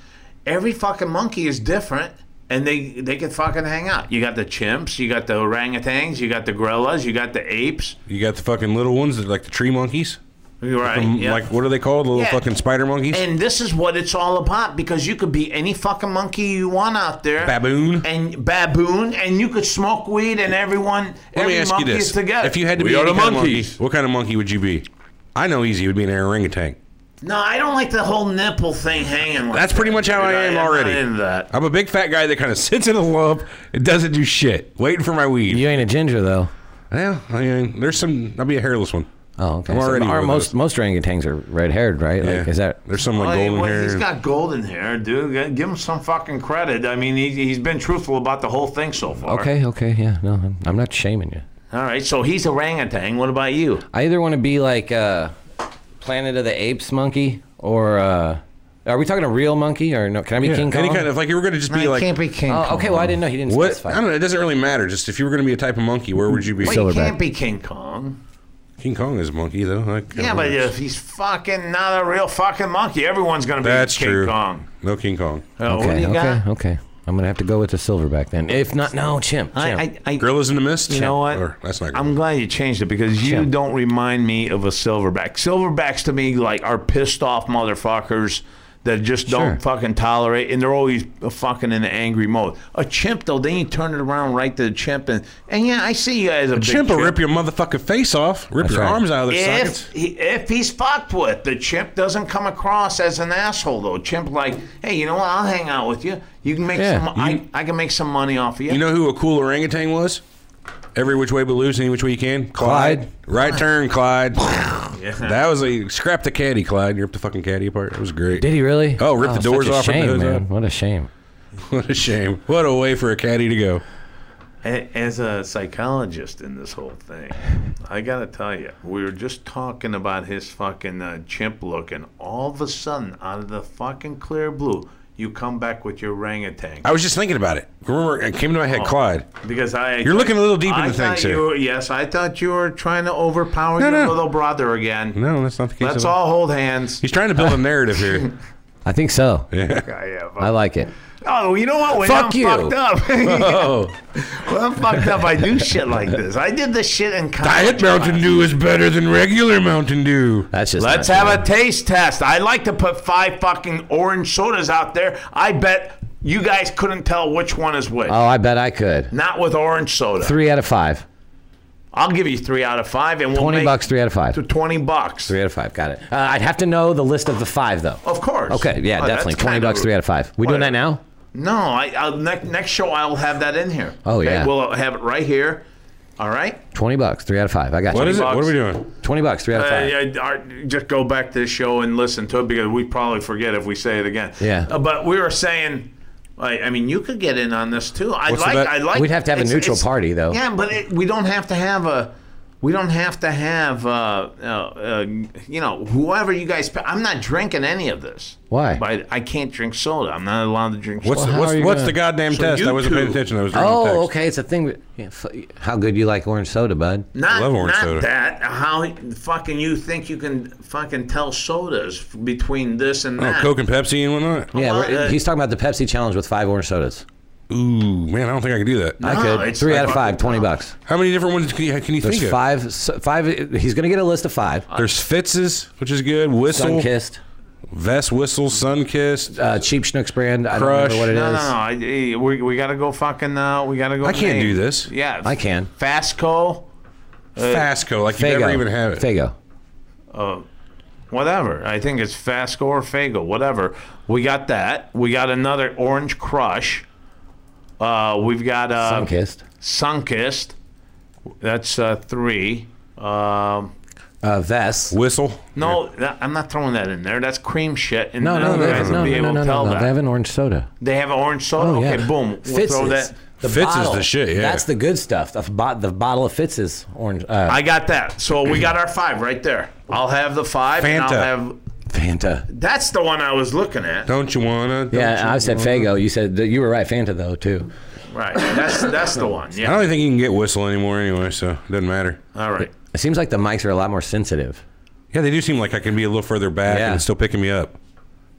[SPEAKER 1] Every fucking monkey is different, and they they can fucking hang out. You got the chimps, you got the orangutans, you got the gorillas, you got the apes.
[SPEAKER 3] You got the fucking little ones that like the tree monkeys.
[SPEAKER 1] You're right.
[SPEAKER 3] Um,
[SPEAKER 1] yeah.
[SPEAKER 3] Like what are they called? Little
[SPEAKER 1] Yeah.
[SPEAKER 3] fucking spider monkeys.
[SPEAKER 1] and this is what it's all about because you could be any fucking monkey you want out there.
[SPEAKER 3] Baboon.
[SPEAKER 1] And baboon, and you could smoke weed, and everyone,
[SPEAKER 3] Let
[SPEAKER 1] every
[SPEAKER 3] me ask you
[SPEAKER 1] monkey
[SPEAKER 3] this:
[SPEAKER 1] is together.
[SPEAKER 3] If you had to
[SPEAKER 1] We
[SPEAKER 3] be
[SPEAKER 1] are
[SPEAKER 3] any
[SPEAKER 1] the
[SPEAKER 3] kind of monkey,
[SPEAKER 1] monkeys.
[SPEAKER 3] what kind of monkey would you be? I know easy would be an orangutan.
[SPEAKER 1] no, I don't like the whole nipple thing hanging. Like
[SPEAKER 3] That's pretty much how I
[SPEAKER 1] that.
[SPEAKER 3] am
[SPEAKER 1] I'm not
[SPEAKER 3] already.
[SPEAKER 1] into that.
[SPEAKER 3] I'm a big fat guy that kind of sits in a lump and doesn't do shit, waiting for my weed.
[SPEAKER 2] You ain't a ginger though.
[SPEAKER 3] Yeah, I mean, there's some. I'll be a hairless one.
[SPEAKER 2] Oh, okay.
[SPEAKER 3] I'm
[SPEAKER 2] So
[SPEAKER 3] already
[SPEAKER 2] our
[SPEAKER 3] one of
[SPEAKER 2] most
[SPEAKER 3] those.
[SPEAKER 2] most orangutans are red haired, right? Like,
[SPEAKER 3] Yeah.
[SPEAKER 2] is that
[SPEAKER 3] There's some like
[SPEAKER 1] Well, he-
[SPEAKER 3] golden
[SPEAKER 1] Oh, well, He's
[SPEAKER 3] hair.
[SPEAKER 1] got golden hair, dude. Give him some fucking credit. I mean, he, he's been truthful about the whole thing so far.
[SPEAKER 2] okay? Okay, yeah. No, I'm, I'm not shaming you.
[SPEAKER 1] All right. So he's orangutan. What about you?
[SPEAKER 2] I either want to be like uh, Planet of the Apes monkey, or uh, are we talking a real monkey, or no? Can I be
[SPEAKER 3] Yeah,
[SPEAKER 2] King Kong?
[SPEAKER 3] Any kind of like you were gonna just be like
[SPEAKER 1] be King
[SPEAKER 2] oh, okay. Well, I didn't know he didn't
[SPEAKER 3] what? I
[SPEAKER 2] specify.
[SPEAKER 3] don't know. It doesn't really matter. Just if you were gonna be a type of monkey, where would you be?
[SPEAKER 1] Wait,
[SPEAKER 2] So-
[SPEAKER 1] you
[SPEAKER 2] Silverback.
[SPEAKER 1] can't be King Kong.
[SPEAKER 3] King Kong is a monkey though. That kinda
[SPEAKER 1] Yeah, but
[SPEAKER 3] works.
[SPEAKER 1] if he's fucking not a real fucking monkey, everyone's gonna be
[SPEAKER 3] that's
[SPEAKER 1] King
[SPEAKER 3] true.
[SPEAKER 1] Kong.
[SPEAKER 3] No King Kong.
[SPEAKER 1] Uh, what do
[SPEAKER 2] Okay,
[SPEAKER 1] you
[SPEAKER 2] okay,
[SPEAKER 1] got?
[SPEAKER 2] okay. I'm gonna have to go with the silverback then. If not, no, chimp. chimp.
[SPEAKER 1] I, I, I,
[SPEAKER 3] Gorillas in the mist.
[SPEAKER 1] you know what?
[SPEAKER 3] Or, that's not.
[SPEAKER 1] I'm glad you changed it because you
[SPEAKER 2] Chimp.
[SPEAKER 1] don't remind me of a silverback. Silverbacks to me like are pissed off motherfuckers that just
[SPEAKER 2] Sure.
[SPEAKER 1] don't fucking tolerate, and they're always fucking in an angry mode. A chimp though, then you turn it around right to the chimp, and and yeah, I see you as a, big
[SPEAKER 3] Chimp will rip your motherfucking face off. Rip your
[SPEAKER 2] right.
[SPEAKER 3] arms out of their sockets.
[SPEAKER 1] if, he, if he's fucked with, the chimp doesn't come across as an asshole though. Chimp like, hey, you know what? I'll hang out with you. You can make
[SPEAKER 2] Yeah,
[SPEAKER 1] some. I, I can make some money off of you.
[SPEAKER 3] You know who a cool orangutan was? Every which way but loose, any which way you can. Clyde. Right turn, Clyde. That was a scrap the caddy, Clyde. You ripped the fucking caddy apart. It was great.
[SPEAKER 2] Did he really?
[SPEAKER 3] Oh, rip the
[SPEAKER 2] such
[SPEAKER 3] doors
[SPEAKER 2] a
[SPEAKER 3] off and
[SPEAKER 2] Shame,
[SPEAKER 3] hose
[SPEAKER 2] man.
[SPEAKER 3] up.
[SPEAKER 2] What a shame.
[SPEAKER 3] What a shame. What a way for a caddy to go.
[SPEAKER 1] A- As a psychologist in this whole thing, I gotta tell you, we were just talking about his fucking uh, chimp look, and all of a sudden, out of the fucking clear blue, you come back with your orangutan.
[SPEAKER 3] I was just thinking about it. Remember, it came to my head, Clyde.
[SPEAKER 1] Because I,
[SPEAKER 3] You're looking a little deep
[SPEAKER 1] Oh. I
[SPEAKER 3] into
[SPEAKER 1] thought
[SPEAKER 3] things here.
[SPEAKER 1] you were- Yes, I thought you were trying to overpower your
[SPEAKER 3] no.
[SPEAKER 1] little brother again.
[SPEAKER 3] No, that's not the case.
[SPEAKER 1] Let's
[SPEAKER 3] at all.
[SPEAKER 1] all hold hands.
[SPEAKER 3] He's trying to build a narrative here.
[SPEAKER 2] I think so.
[SPEAKER 3] Yeah.
[SPEAKER 1] Yeah, yeah,
[SPEAKER 2] I
[SPEAKER 1] fuck-
[SPEAKER 2] like it.
[SPEAKER 1] oh, you know what? When
[SPEAKER 2] Fuck
[SPEAKER 1] I'm
[SPEAKER 2] you.
[SPEAKER 1] fucked up, when
[SPEAKER 3] Oh,
[SPEAKER 1] I'm fucked up, I do shit like this. I did this shit in
[SPEAKER 3] diet
[SPEAKER 1] college.
[SPEAKER 3] Mountain Dew is better than regular Mountain Dew.
[SPEAKER 2] That's just.
[SPEAKER 1] Let's
[SPEAKER 2] not
[SPEAKER 1] have
[SPEAKER 2] good.
[SPEAKER 1] a taste test. I like to put five fucking orange sodas out there. I bet you guys couldn't tell which one is which.
[SPEAKER 2] Oh, I bet I could.
[SPEAKER 1] Not with orange soda.
[SPEAKER 2] Three out of five.
[SPEAKER 1] I'll give you three out of five, and we'll
[SPEAKER 2] Twenty
[SPEAKER 1] make
[SPEAKER 2] bucks. Three out of five.
[SPEAKER 1] to twenty bucks.
[SPEAKER 2] Three out of five. Got it. Uh, I'd have to know the list of the five though.
[SPEAKER 1] Of course.
[SPEAKER 2] Okay. Yeah,
[SPEAKER 1] Oh, that's
[SPEAKER 2] definitely. Twenty
[SPEAKER 1] kinda
[SPEAKER 2] bucks.
[SPEAKER 1] rude.
[SPEAKER 2] Three out of five. We doing
[SPEAKER 1] Whatever.
[SPEAKER 2] that now?
[SPEAKER 1] No, I, I'll, ne- next show I'll have that in here.
[SPEAKER 2] Oh, yeah.
[SPEAKER 1] We'll have it right here. All right.
[SPEAKER 2] Twenty bucks. Three out of five. I got
[SPEAKER 3] What
[SPEAKER 2] you.
[SPEAKER 3] is it? What are
[SPEAKER 1] bucks.
[SPEAKER 3] we doing?
[SPEAKER 2] Twenty bucks. Three out of
[SPEAKER 1] Uh,
[SPEAKER 2] five.
[SPEAKER 1] yeah, our, just go back to the show and listen to it because we probably forget if we say it again.
[SPEAKER 2] Yeah.
[SPEAKER 1] Uh, but we were saying, I, I mean, you could get in on this too. I
[SPEAKER 3] What's the
[SPEAKER 1] like.
[SPEAKER 3] bet?
[SPEAKER 1] I like.
[SPEAKER 2] We'd have to have a
[SPEAKER 1] it's-
[SPEAKER 2] neutral
[SPEAKER 1] it's-
[SPEAKER 2] party, though.
[SPEAKER 1] Yeah, but it, we don't have to have a. We don't have to have, uh, uh, uh, you know, whoever you guys. pick. I'm not drinking any of this.
[SPEAKER 2] Why?
[SPEAKER 1] But I can't drink soda. I'm not allowed to drink
[SPEAKER 3] What's
[SPEAKER 1] soda.
[SPEAKER 2] how
[SPEAKER 3] the, what's,
[SPEAKER 2] are you
[SPEAKER 3] what's
[SPEAKER 2] gonna-
[SPEAKER 3] the goddamn
[SPEAKER 1] So
[SPEAKER 3] test?
[SPEAKER 1] you
[SPEAKER 3] I wasn't paying
[SPEAKER 1] two-
[SPEAKER 3] attention. I was reading the
[SPEAKER 2] Oh,
[SPEAKER 3] text.
[SPEAKER 2] okay. It's a thing. with- yeah, f- How good you like orange soda, bud?
[SPEAKER 1] Not,
[SPEAKER 3] love orange
[SPEAKER 1] not
[SPEAKER 3] soda.
[SPEAKER 1] that. How fucking you think you can fucking tell sodas between this and
[SPEAKER 3] Oh,
[SPEAKER 1] that?
[SPEAKER 3] Coke and Pepsi and whatnot.
[SPEAKER 2] Yeah,
[SPEAKER 1] Well,
[SPEAKER 2] we're-
[SPEAKER 1] uh,
[SPEAKER 2] he's talking about the Pepsi challenge with five orange sodas.
[SPEAKER 3] Ooh, man, I don't think I can do that.
[SPEAKER 2] I
[SPEAKER 1] No,
[SPEAKER 2] could.
[SPEAKER 1] it's
[SPEAKER 2] Three
[SPEAKER 1] like
[SPEAKER 2] out of
[SPEAKER 1] fucking
[SPEAKER 2] five. Twenty bucks.
[SPEAKER 3] How many different ones can you, can you think
[SPEAKER 2] There's
[SPEAKER 3] of?
[SPEAKER 2] five. s- Five. He's gonna get a list of five.
[SPEAKER 3] There's Fitz's, which is good. Whistle,
[SPEAKER 2] Sun kissed.
[SPEAKER 3] Vest Whistle, Sun Kissed.
[SPEAKER 2] Uh, cheap Schnooks brand. I don't
[SPEAKER 3] Crush.
[SPEAKER 2] remember what it is.
[SPEAKER 1] No, no, no. I, eh, we, we gotta go fucking. Uh, we gotta go.
[SPEAKER 3] I can't
[SPEAKER 1] name.
[SPEAKER 3] do this.
[SPEAKER 1] Yeah,
[SPEAKER 2] I can.
[SPEAKER 1] Fasco,
[SPEAKER 3] Fasco, like you
[SPEAKER 2] Fago.
[SPEAKER 3] never even have it.
[SPEAKER 2] Fago.
[SPEAKER 1] whatever. I think it's Fasco or Fago, whatever. We got that. We got another Orange Crush. Uh, we've got uh,
[SPEAKER 2] Sun kissed.
[SPEAKER 1] Sunkist. That's uh, three. Um,
[SPEAKER 2] Uh, Vest.
[SPEAKER 3] Whistle.
[SPEAKER 1] no, that, I'm not throwing that in there. That's cream shit. And
[SPEAKER 2] No,
[SPEAKER 1] none
[SPEAKER 2] no,
[SPEAKER 1] of
[SPEAKER 2] no,
[SPEAKER 1] you
[SPEAKER 2] no,
[SPEAKER 1] guys
[SPEAKER 2] no,
[SPEAKER 1] will be
[SPEAKER 2] no,
[SPEAKER 1] able
[SPEAKER 2] no,
[SPEAKER 1] to tell
[SPEAKER 2] no, no.
[SPEAKER 1] that.
[SPEAKER 2] They have an orange soda.
[SPEAKER 1] They have orange soda.
[SPEAKER 2] Oh, yeah.
[SPEAKER 1] Okay, boom. We'll
[SPEAKER 2] Fitz's.
[SPEAKER 1] throw that.
[SPEAKER 2] The
[SPEAKER 3] Fitz's
[SPEAKER 2] bottle.
[SPEAKER 3] the shit, yeah.
[SPEAKER 2] That's the good stuff. The, bo- the bottle of Fitz's orange.
[SPEAKER 3] Ah,
[SPEAKER 2] Uh,
[SPEAKER 1] I got that. So we got our five right there. I'll have the five, and I'll
[SPEAKER 3] Fanta.
[SPEAKER 1] have.
[SPEAKER 2] Fanta.
[SPEAKER 1] That's the one I was looking at.
[SPEAKER 3] Don't you wanna? don't you
[SPEAKER 2] Yeah, I said
[SPEAKER 3] wanna?
[SPEAKER 2] Fago. You said that you were right. Fanta though too.
[SPEAKER 1] Right. That's that's the one.
[SPEAKER 3] I
[SPEAKER 1] Yeah.
[SPEAKER 3] don't even think you can get Whistle anymore anyway, so it doesn't matter.
[SPEAKER 1] All right.
[SPEAKER 2] It seems like the mics are a lot more sensitive.
[SPEAKER 3] Yeah, they do seem like I can be a little further back
[SPEAKER 2] Yeah.
[SPEAKER 3] and it's still picking me up.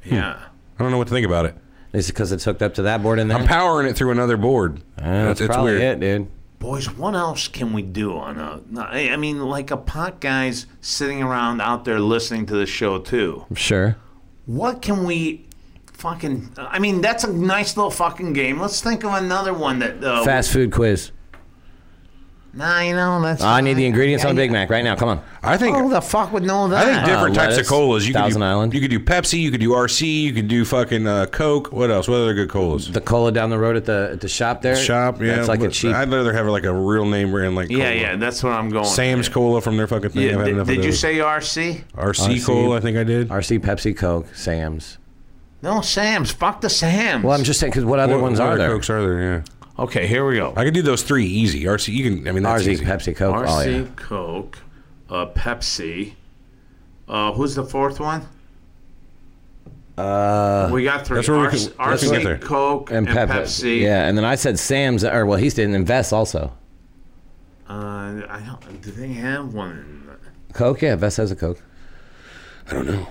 [SPEAKER 3] Hmm.
[SPEAKER 1] Yeah.
[SPEAKER 3] I don't know what to think about it.
[SPEAKER 2] Is it because it's hooked up to that board in there?
[SPEAKER 3] I'm powering it through another board.
[SPEAKER 2] Yeah,
[SPEAKER 3] That's-
[SPEAKER 2] Uh, that's probably it, dude.
[SPEAKER 1] Boys, what else can we do on a? no, I I mean, like a pot guys sitting around out there listening to the show too.
[SPEAKER 2] Sure.
[SPEAKER 1] What can we? Fucking. I mean, that's a nice little fucking game. Let's think of another one that. Uh,
[SPEAKER 2] Fast food quiz.
[SPEAKER 1] Nah, you know that's.
[SPEAKER 2] I need the ingredients on a Big Mac right now. Come on.
[SPEAKER 3] I think
[SPEAKER 1] Who the fuck would know
[SPEAKER 3] I think
[SPEAKER 1] that?
[SPEAKER 3] different types of
[SPEAKER 2] Ah, lettuce,
[SPEAKER 3] colas. You could
[SPEAKER 2] Thousand
[SPEAKER 3] do,
[SPEAKER 2] Island.
[SPEAKER 3] You could do Pepsi. You could do RC. You could do fucking uh, Coke. What else? What other good colas?
[SPEAKER 2] The cola down the road at the at the shop there.
[SPEAKER 3] Shop. Yeah,
[SPEAKER 2] That's like a
[SPEAKER 3] but
[SPEAKER 2] cheap.
[SPEAKER 3] I'd rather have like a real name brand like.
[SPEAKER 1] yeah,
[SPEAKER 3] cola.
[SPEAKER 1] yeah, that's what I'm going.
[SPEAKER 3] Sam's Cola from their fucking thing.
[SPEAKER 1] Yeah,
[SPEAKER 3] I've had
[SPEAKER 1] did-
[SPEAKER 3] enough
[SPEAKER 1] did
[SPEAKER 3] of
[SPEAKER 1] you
[SPEAKER 3] those.
[SPEAKER 1] say RC?
[SPEAKER 3] RC,
[SPEAKER 2] RC?
[SPEAKER 3] Cola? I think I did.
[SPEAKER 2] RC, Pepsi, Coke, Sam's.
[SPEAKER 1] No, Sam's. Fuck the Sam's.
[SPEAKER 2] Well, I'm just saying because what other
[SPEAKER 3] What-
[SPEAKER 2] ones
[SPEAKER 3] what
[SPEAKER 2] are
[SPEAKER 3] other
[SPEAKER 2] there?
[SPEAKER 3] Cokes are there? Yeah,
[SPEAKER 1] okay. Here we go.
[SPEAKER 3] I could do those three easy. RC, you can. I mean, that's
[SPEAKER 2] RC,
[SPEAKER 3] easy.
[SPEAKER 2] Pepsi, Coke. Oh
[SPEAKER 1] RC,
[SPEAKER 2] yeah.
[SPEAKER 1] Coke, uh, Pepsi. Uh, who's the fourth one? Uh, we got three.
[SPEAKER 3] That's where we
[SPEAKER 1] RC,
[SPEAKER 3] could- that's where we get there.
[SPEAKER 1] Coke, and,
[SPEAKER 2] Pep-
[SPEAKER 1] Pepsi.
[SPEAKER 2] Yeah, and then I said Sam's, or well, he didn't invest also.
[SPEAKER 1] Uh, I don't. Do they have one?
[SPEAKER 2] Coke, yeah. Vest has a Coke.
[SPEAKER 3] I don't know.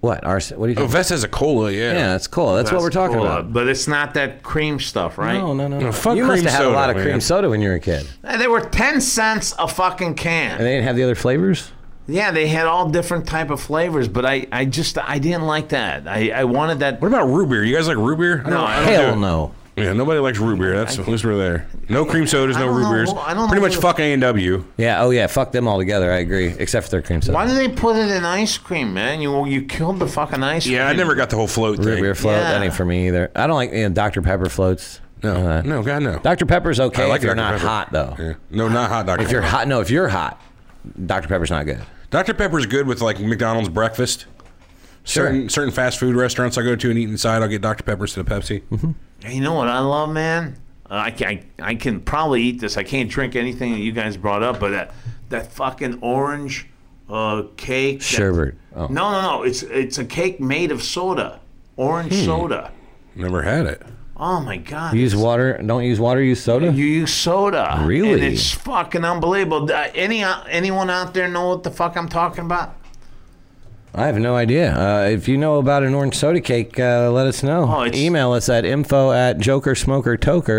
[SPEAKER 2] What? Arson? What do you?
[SPEAKER 3] Oh,
[SPEAKER 2] Think?
[SPEAKER 3] Vest has a cola, yeah.
[SPEAKER 2] yeah, that's cool. That's, what we're talking
[SPEAKER 1] Cola,
[SPEAKER 2] about.
[SPEAKER 1] But it's not that cream stuff, right?
[SPEAKER 2] No, no, no.
[SPEAKER 3] No, fuck
[SPEAKER 2] you must
[SPEAKER 3] cream
[SPEAKER 2] have had a lot
[SPEAKER 3] soda,
[SPEAKER 2] of cream
[SPEAKER 3] man.
[SPEAKER 2] soda when you were a kid,
[SPEAKER 1] Uh, They were ten cents a fucking can.
[SPEAKER 2] and they didn't have the other flavors.
[SPEAKER 1] Yeah, they had all different type of flavors, but I, I just I didn't like that. I, I wanted that.
[SPEAKER 3] What about root beer? You guys like root beer? I
[SPEAKER 1] No,
[SPEAKER 3] don't, I don't
[SPEAKER 2] Hell
[SPEAKER 3] do it.
[SPEAKER 2] no.
[SPEAKER 3] Yeah, nobody likes root beer. That's at least we're there. No cream sodas,
[SPEAKER 1] I
[SPEAKER 3] no
[SPEAKER 1] don't
[SPEAKER 3] root
[SPEAKER 1] know.
[SPEAKER 3] beers.
[SPEAKER 1] I don't
[SPEAKER 3] Pretty
[SPEAKER 1] know
[SPEAKER 3] much
[SPEAKER 1] what-
[SPEAKER 3] fuck A and W.
[SPEAKER 2] Yeah. Oh yeah. Fuck them all together. I agree, except for their cream soda.
[SPEAKER 1] Why do they put it in ice cream, man? You you killed the fucking ice cream.
[SPEAKER 3] Yeah, I never got the whole float
[SPEAKER 2] Root
[SPEAKER 3] thing.
[SPEAKER 2] beer float. That
[SPEAKER 1] Yeah.
[SPEAKER 2] ain't for me either. I don't like you know, Dr Pepper floats.
[SPEAKER 3] No,
[SPEAKER 2] Uh,
[SPEAKER 3] no, God no.
[SPEAKER 2] Dr Pepper's okay
[SPEAKER 3] I
[SPEAKER 2] if you're
[SPEAKER 3] Dr.
[SPEAKER 2] not
[SPEAKER 3] Pepper.
[SPEAKER 2] hot though.
[SPEAKER 3] Yeah. No, not hot Dr.
[SPEAKER 2] If you're
[SPEAKER 3] Pepper.
[SPEAKER 2] hot, no. If you're hot, Dr Pepper's not good.
[SPEAKER 3] Dr. Pepper's good with like McDonald's breakfast. Certain certain fast food restaurants I go to and eat inside, I'll get Dr. Pepper instead of Pepsi.
[SPEAKER 2] Mm-hmm.
[SPEAKER 1] You know what I love, man? Uh, I, can, I, I can probably eat this. I can't drink anything that you guys brought up, but that that fucking orange uh, cake. that-
[SPEAKER 2] Sherbet. Oh.
[SPEAKER 1] No, no, no. It's it's a cake made of soda, orange soda.
[SPEAKER 3] Never had it.
[SPEAKER 1] Oh my god.
[SPEAKER 2] Hmm. Use water. Don't use water. Use soda.
[SPEAKER 1] You use soda.
[SPEAKER 2] Really?
[SPEAKER 1] And it's fucking unbelievable. Uh, any anyone out there know what the fuck I'm talking about?
[SPEAKER 2] I have no idea. Uh, if you know about an orange soda cake, uh, let us know.
[SPEAKER 1] Oh, it's-
[SPEAKER 2] Email us at info at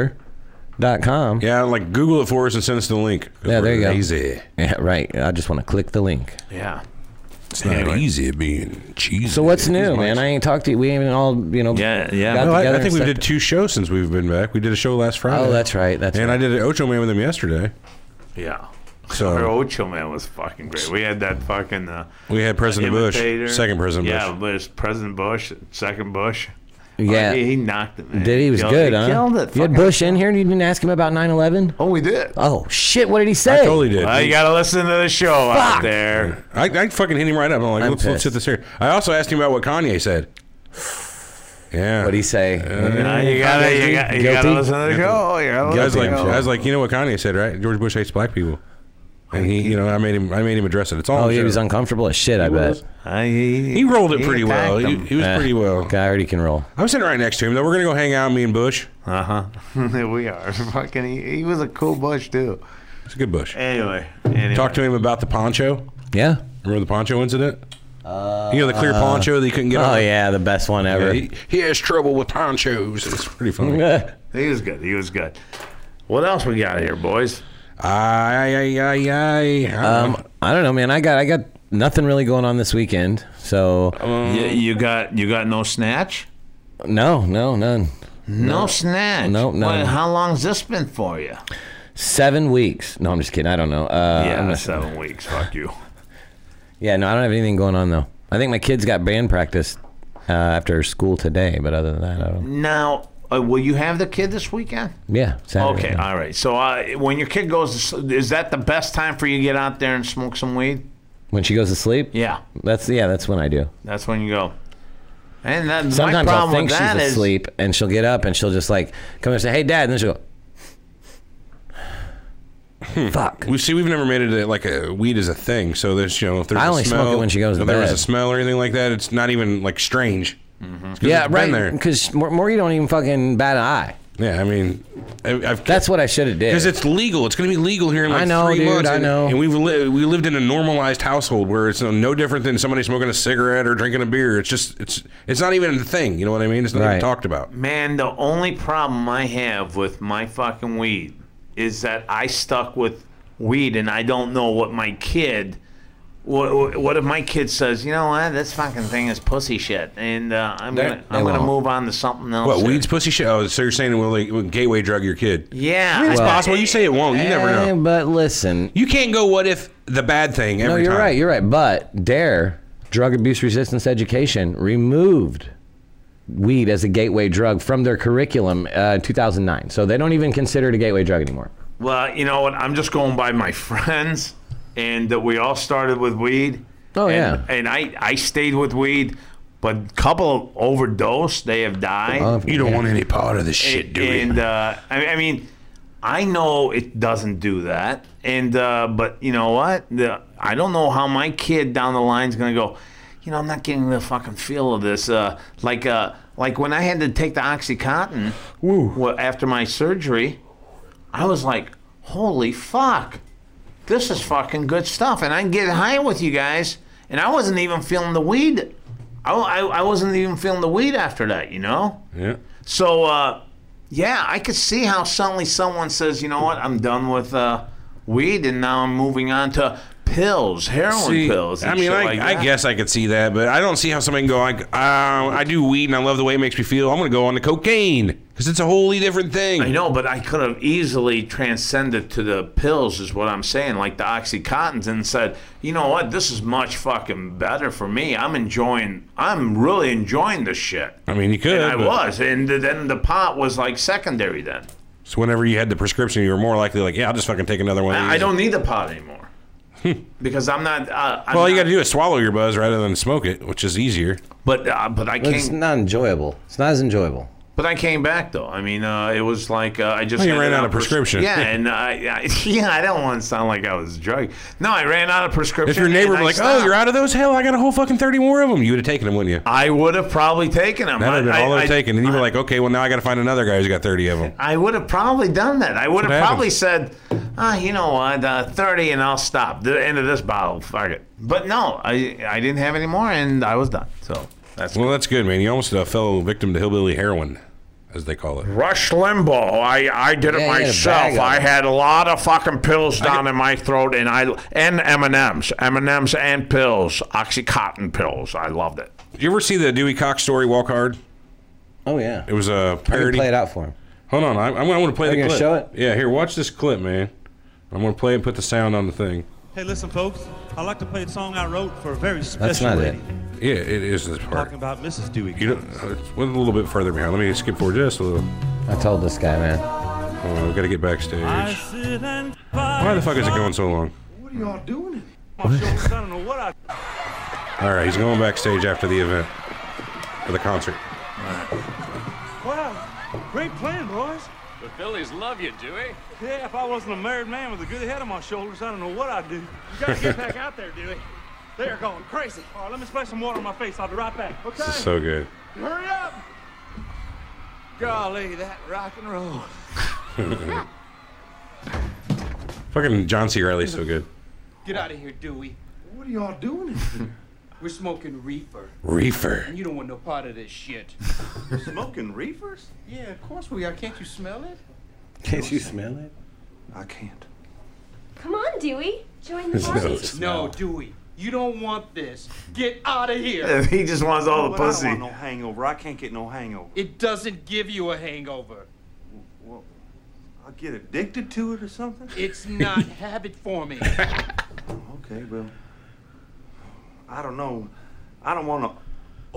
[SPEAKER 2] jokersmokertoker.com.
[SPEAKER 3] Yeah, like Google it for us and send us the link. 'cause
[SPEAKER 2] Yeah, there
[SPEAKER 3] we're
[SPEAKER 2] you go.
[SPEAKER 3] lazy.
[SPEAKER 2] Yeah, right. I just want to click the link.
[SPEAKER 1] Yeah.
[SPEAKER 3] It's not easy being cheesy.
[SPEAKER 2] So what's new, man? I ain't talked to you. We ain't even all, you know.
[SPEAKER 1] Yeah, yeah.
[SPEAKER 2] got
[SPEAKER 3] No, I,
[SPEAKER 2] together
[SPEAKER 3] I think
[SPEAKER 2] and sat-
[SPEAKER 3] we did two shows since we've been back. We did a show last Friday.
[SPEAKER 2] Oh, that's right. That's
[SPEAKER 3] And
[SPEAKER 2] right.
[SPEAKER 3] I did an Ocho Man with him yesterday.
[SPEAKER 1] Yeah. Our
[SPEAKER 3] So
[SPEAKER 1] Ocho man was fucking great. We had that fucking uh,
[SPEAKER 3] we had President
[SPEAKER 1] imitator.
[SPEAKER 3] Bush, second President
[SPEAKER 1] yeah,
[SPEAKER 3] Bush.
[SPEAKER 1] but it's President Bush, second Bush.
[SPEAKER 2] Yeah.
[SPEAKER 1] Oh, he, he knocked it. Man.
[SPEAKER 2] Did he was
[SPEAKER 1] killed,
[SPEAKER 2] good,
[SPEAKER 1] he
[SPEAKER 2] huh?
[SPEAKER 1] Killed it.
[SPEAKER 2] You had
[SPEAKER 1] fucking-
[SPEAKER 2] Bush in here and you didn't ask him about 9/11.
[SPEAKER 1] Oh, we did.
[SPEAKER 2] Oh shit! What did he say?
[SPEAKER 3] I totally did.
[SPEAKER 1] Well, you gotta listen to the show out there.
[SPEAKER 3] I, I fucking hit him right up. I'm like,
[SPEAKER 2] I'm
[SPEAKER 3] let's, let's hit
[SPEAKER 2] pissed.
[SPEAKER 3] this here. I also asked him about what Kanye said. Yeah.
[SPEAKER 2] What'd he say?
[SPEAKER 1] Uh, you gotta, you gotta, you gotta
[SPEAKER 2] Guilty?
[SPEAKER 1] listen to the show. You gotta
[SPEAKER 3] I was
[SPEAKER 1] listen
[SPEAKER 3] like,
[SPEAKER 1] to the
[SPEAKER 3] I was
[SPEAKER 1] show.
[SPEAKER 3] like, you know what Kanye said, right? George Bush hates black people, and he, you know, I made him, I made him address it. It's all.
[SPEAKER 2] oh,
[SPEAKER 3] on the
[SPEAKER 2] he was
[SPEAKER 3] show.
[SPEAKER 2] uncomfortable as shit. I bet.
[SPEAKER 1] I- he,
[SPEAKER 3] He rolled it pretty well. He, he was
[SPEAKER 2] Eh,
[SPEAKER 3] pretty well.
[SPEAKER 2] Guy already can roll.
[SPEAKER 3] I'm sitting right next to him though. We're gonna go hang out, me and Bush.
[SPEAKER 1] Uh huh. There we are. Fucking, he, he was a cool Bush too.
[SPEAKER 3] It's a good Bush.
[SPEAKER 1] Anyway, anyway.
[SPEAKER 3] Talk to him about the poncho.
[SPEAKER 2] Yeah.
[SPEAKER 3] Remember the poncho incident? you know the clear poncho that you couldn't get.
[SPEAKER 2] Oh
[SPEAKER 3] on?
[SPEAKER 2] yeah, the best one ever.
[SPEAKER 3] He, he has trouble with ponchos. It's pretty funny.
[SPEAKER 1] He was good. He was good. What else we got here, boys?
[SPEAKER 3] Ay, ay, ay, ay, ay.
[SPEAKER 2] um, I don't know, man. I got I got nothing really going on this weekend. So
[SPEAKER 3] Um,
[SPEAKER 1] you, you got you got no snatch?
[SPEAKER 2] no, no, none.
[SPEAKER 1] No, snatch.
[SPEAKER 2] No, no.
[SPEAKER 1] What- how long's this been for you?
[SPEAKER 2] Seven weeks. No, I'm just kidding. I don't know. Uh,
[SPEAKER 1] yeah,
[SPEAKER 2] I'm not-
[SPEAKER 1] seven weeks. Fuck you.
[SPEAKER 2] yeah, no, I don't have anything going on though. I think my kids got band practice uh, after school today, but other than that, I don't.
[SPEAKER 1] Now, uh, will you have the kid this weekend?
[SPEAKER 2] Yeah. Saturday.
[SPEAKER 1] Okay, all right. So, uh, when your kid goes, is that the best time for you to get out there and smoke some weed?
[SPEAKER 2] When she goes to sleep.
[SPEAKER 1] Yeah,
[SPEAKER 2] That's yeah. That's when I do.
[SPEAKER 1] that's when you go. And that, my
[SPEAKER 2] Sometimes I'll
[SPEAKER 1] problem
[SPEAKER 2] think
[SPEAKER 1] with
[SPEAKER 2] she's
[SPEAKER 1] that is,
[SPEAKER 2] asleep, and she'll get up and she'll just like come and say, "Hey, Dad," and then she'll
[SPEAKER 1] Hmm.
[SPEAKER 2] go, "Fuck."
[SPEAKER 3] We see, we've never made it a, like a weed is a thing. So there's, you know, if there's
[SPEAKER 2] I
[SPEAKER 3] a
[SPEAKER 2] only
[SPEAKER 3] smell,
[SPEAKER 2] smoke it when she goes to
[SPEAKER 3] if there was
[SPEAKER 2] bed.
[SPEAKER 3] a smell or anything like that, it's not even like strange. It's 'cause
[SPEAKER 2] Yeah,
[SPEAKER 3] it's been
[SPEAKER 2] right. Because more, more, you don't even fucking bat an eye.
[SPEAKER 3] there. Yeah, I mean, I, I've
[SPEAKER 2] That's what I should have did.
[SPEAKER 3] because it's legal. It's going to be legal here in like
[SPEAKER 2] I know,
[SPEAKER 3] three
[SPEAKER 2] dude,
[SPEAKER 3] months.
[SPEAKER 2] I
[SPEAKER 3] and-
[SPEAKER 2] know.
[SPEAKER 3] And we've li- we lived in a normalized household where it's no, no different than somebody smoking a cigarette or drinking a beer. It's just it's it's not even a thing. You know what I mean? It's not
[SPEAKER 2] Right.
[SPEAKER 3] even talked about.
[SPEAKER 1] man, the only problem I have with my fucking weed is that I stuck with weed, and I don't know what my kid. What, what- what if my kid says, you know what, this fucking thing is pussy shit, and uh, I'm
[SPEAKER 3] They-
[SPEAKER 1] gonna
[SPEAKER 2] they
[SPEAKER 1] I'm gonna
[SPEAKER 2] won't.
[SPEAKER 1] move on to something else.
[SPEAKER 3] What
[SPEAKER 1] here.
[SPEAKER 3] weeds, pussy shit? Oh, so you're saying will they will gateway drug your kid?
[SPEAKER 1] Yeah,
[SPEAKER 3] I mean, it's
[SPEAKER 1] I-
[SPEAKER 3] possible. You say it won't. You never
[SPEAKER 2] Eh,
[SPEAKER 3] know.
[SPEAKER 2] But listen,
[SPEAKER 3] You can't go. What if the bad thing? Every
[SPEAKER 2] no, you're
[SPEAKER 3] time.
[SPEAKER 2] right. You're right. But Dare Drug Abuse Resistance Education removed weed as a gateway drug from their curriculum uh, in 2009. So they don't even consider it a gateway drug anymore.
[SPEAKER 1] Well, you know what? I'm just going by my friends, and that we all started with weed.
[SPEAKER 2] Oh,
[SPEAKER 1] and,
[SPEAKER 2] yeah.
[SPEAKER 1] And I I stayed with weed, but a couple overdosed. They have died.
[SPEAKER 2] Uh,
[SPEAKER 3] You don't want any part of this shit,
[SPEAKER 1] And-
[SPEAKER 3] do you?
[SPEAKER 1] And uh, I, I mean, I know it doesn't do that. And uh, but you know what? The, I don't know how my kid down the line's gonna go. You know, I'm not getting the fucking feel of this. Uh, like uh, like when I had to take the OxyContin well, after my surgery, I was like, holy fuck, this is fucking good stuff. And I can get high with you guys. And I wasn't even feeling the weed. I, I, I wasn't even feeling the weed after that, you know?
[SPEAKER 3] Yeah.
[SPEAKER 1] So, uh, yeah, I could see how suddenly someone says, you know what, I'm done with uh, weed and now I'm moving on to pills, heroin
[SPEAKER 3] See,
[SPEAKER 1] pills. and
[SPEAKER 3] I mean,
[SPEAKER 1] shit
[SPEAKER 3] I,
[SPEAKER 1] like
[SPEAKER 3] I
[SPEAKER 1] that.
[SPEAKER 3] guess I could see that, but I don't see how somebody can go. Like, uh, I do weed and I love the way it makes me feel. I'm gonna go on to cocaine because it's a wholly different thing.
[SPEAKER 1] I know, but I could have easily transcended to the pills, is what I'm saying, like the Oxycontins, and said, you know what, this is much fucking better for me. I'm enjoying, I'm really enjoying this shit.
[SPEAKER 3] I mean, you could.
[SPEAKER 1] And I
[SPEAKER 3] but
[SPEAKER 1] was, and th- then the pot was like secondary then.
[SPEAKER 3] So whenever you had the prescription, you were more likely like, yeah, I'll just fucking take another one. of
[SPEAKER 1] I I
[SPEAKER 3] these.
[SPEAKER 1] don't need the pot anymore. because I'm not. Uh, I'm
[SPEAKER 3] Hmm. Well, all you
[SPEAKER 1] not-
[SPEAKER 3] got to do is swallow your buzz rather than smoke it, which is easier.
[SPEAKER 1] But uh, but I
[SPEAKER 2] It's
[SPEAKER 1] came
[SPEAKER 2] not enjoyable. It's not as enjoyable.
[SPEAKER 1] but I came back though. I mean, uh, it was like uh, I just
[SPEAKER 3] Well, Oh, you
[SPEAKER 1] handed
[SPEAKER 3] ran out of
[SPEAKER 1] pres-
[SPEAKER 3] prescription.
[SPEAKER 1] yeah, and I, I yeah, I don't want to sound like I was drunk. No, I ran out of prescription.
[SPEAKER 3] If your neighbor
[SPEAKER 1] and I
[SPEAKER 3] were like,
[SPEAKER 1] stopped.
[SPEAKER 3] oh, you're out of those, hell, I got a whole fucking 30 more of them, you would have taken them, wouldn't you?
[SPEAKER 1] I would have probably taken them.
[SPEAKER 3] That would have been
[SPEAKER 1] I,
[SPEAKER 3] all
[SPEAKER 1] I,
[SPEAKER 3] they're
[SPEAKER 1] I-
[SPEAKER 3] taking. And you were like, okay, well, now I got to find another guy who's got 30 of them.
[SPEAKER 1] I would have probably done that. I would
[SPEAKER 3] what
[SPEAKER 1] have probably said, ah, you know what, uh, 30 and I'll stop. The end of this bottle, fuck it. But no, I, I didn't have any more and I was done. So that's
[SPEAKER 3] Well, that's good, man. You almost uh, fell victim to hillbilly heroin, as they call it.
[SPEAKER 1] Rush Limbaugh. I, I did it
[SPEAKER 2] Yeah, you had a bag
[SPEAKER 1] myself.
[SPEAKER 2] of
[SPEAKER 1] I
[SPEAKER 2] them.
[SPEAKER 1] had a lot of fucking pills down in my throat, and I and M and M's, M and M's, and pills, OxyContin pills. I loved it.
[SPEAKER 3] Did you ever see the Dewey Cox story, Walk Hard?
[SPEAKER 2] Oh yeah.
[SPEAKER 3] It was a
[SPEAKER 2] I can
[SPEAKER 3] parody.
[SPEAKER 2] play it out for him.
[SPEAKER 3] Hold on, I, I'm, I want to play the
[SPEAKER 2] you gonna
[SPEAKER 3] clip.
[SPEAKER 2] show it?
[SPEAKER 3] Yeah, here, watch this clip, man. I'm going to play it and put the sound on the thing.
[SPEAKER 4] Hey, listen, folks. I'd like to play a song I wrote for a very special
[SPEAKER 2] not it.
[SPEAKER 4] lady.
[SPEAKER 3] Yeah, it is this part.
[SPEAKER 4] Talking about Mrs. Dewey.
[SPEAKER 3] You know, uh, it's went a little bit further behind. Let me skip forward just a little.
[SPEAKER 2] I told this guy, man.
[SPEAKER 3] Oh, we got to get backstage.
[SPEAKER 4] I sit and
[SPEAKER 3] Why the fuck is it going so long?
[SPEAKER 4] My shoulders, I don't know what I.
[SPEAKER 3] All right, he's going backstage after the event, for the concert.
[SPEAKER 4] Wow, great plan, boys.
[SPEAKER 5] The Phillies love you, Dewey.
[SPEAKER 4] Yeah, if I wasn't a married man with a good head on my shoulders, I don't know what I'd do. You gotta get back out there, Dewey. They're going crazy. All right, let me splash some water on my face. I'll be right back. Okay.
[SPEAKER 3] This is so good.
[SPEAKER 4] Hurry up! Golly, that rock and roll.
[SPEAKER 3] Fucking John C. Riley's so good.
[SPEAKER 6] Get out of here, Dewey.
[SPEAKER 7] What are y'all doing?
[SPEAKER 6] We're smoking reefer.
[SPEAKER 3] Reefer.
[SPEAKER 6] You don't want no part of this shit.
[SPEAKER 7] Smoking reefers?
[SPEAKER 6] Yeah, of course we are. Can't you smell it?
[SPEAKER 2] Can't you smell it?
[SPEAKER 7] I can't.
[SPEAKER 8] Come on, Dewey. Join the
[SPEAKER 3] His
[SPEAKER 8] party.
[SPEAKER 3] nose.
[SPEAKER 6] No, Dewey. You don't want this. Get out of here.
[SPEAKER 1] He just wants
[SPEAKER 4] Oh,
[SPEAKER 1] all the
[SPEAKER 7] But I don't
[SPEAKER 1] pussy.
[SPEAKER 7] want no hangover. I can't get no hangover.
[SPEAKER 6] It doesn't give you a hangover.
[SPEAKER 7] Well, I get addicted to it or something?
[SPEAKER 6] It's not habit forming.
[SPEAKER 7] Okay, well, I don't know. I don't want to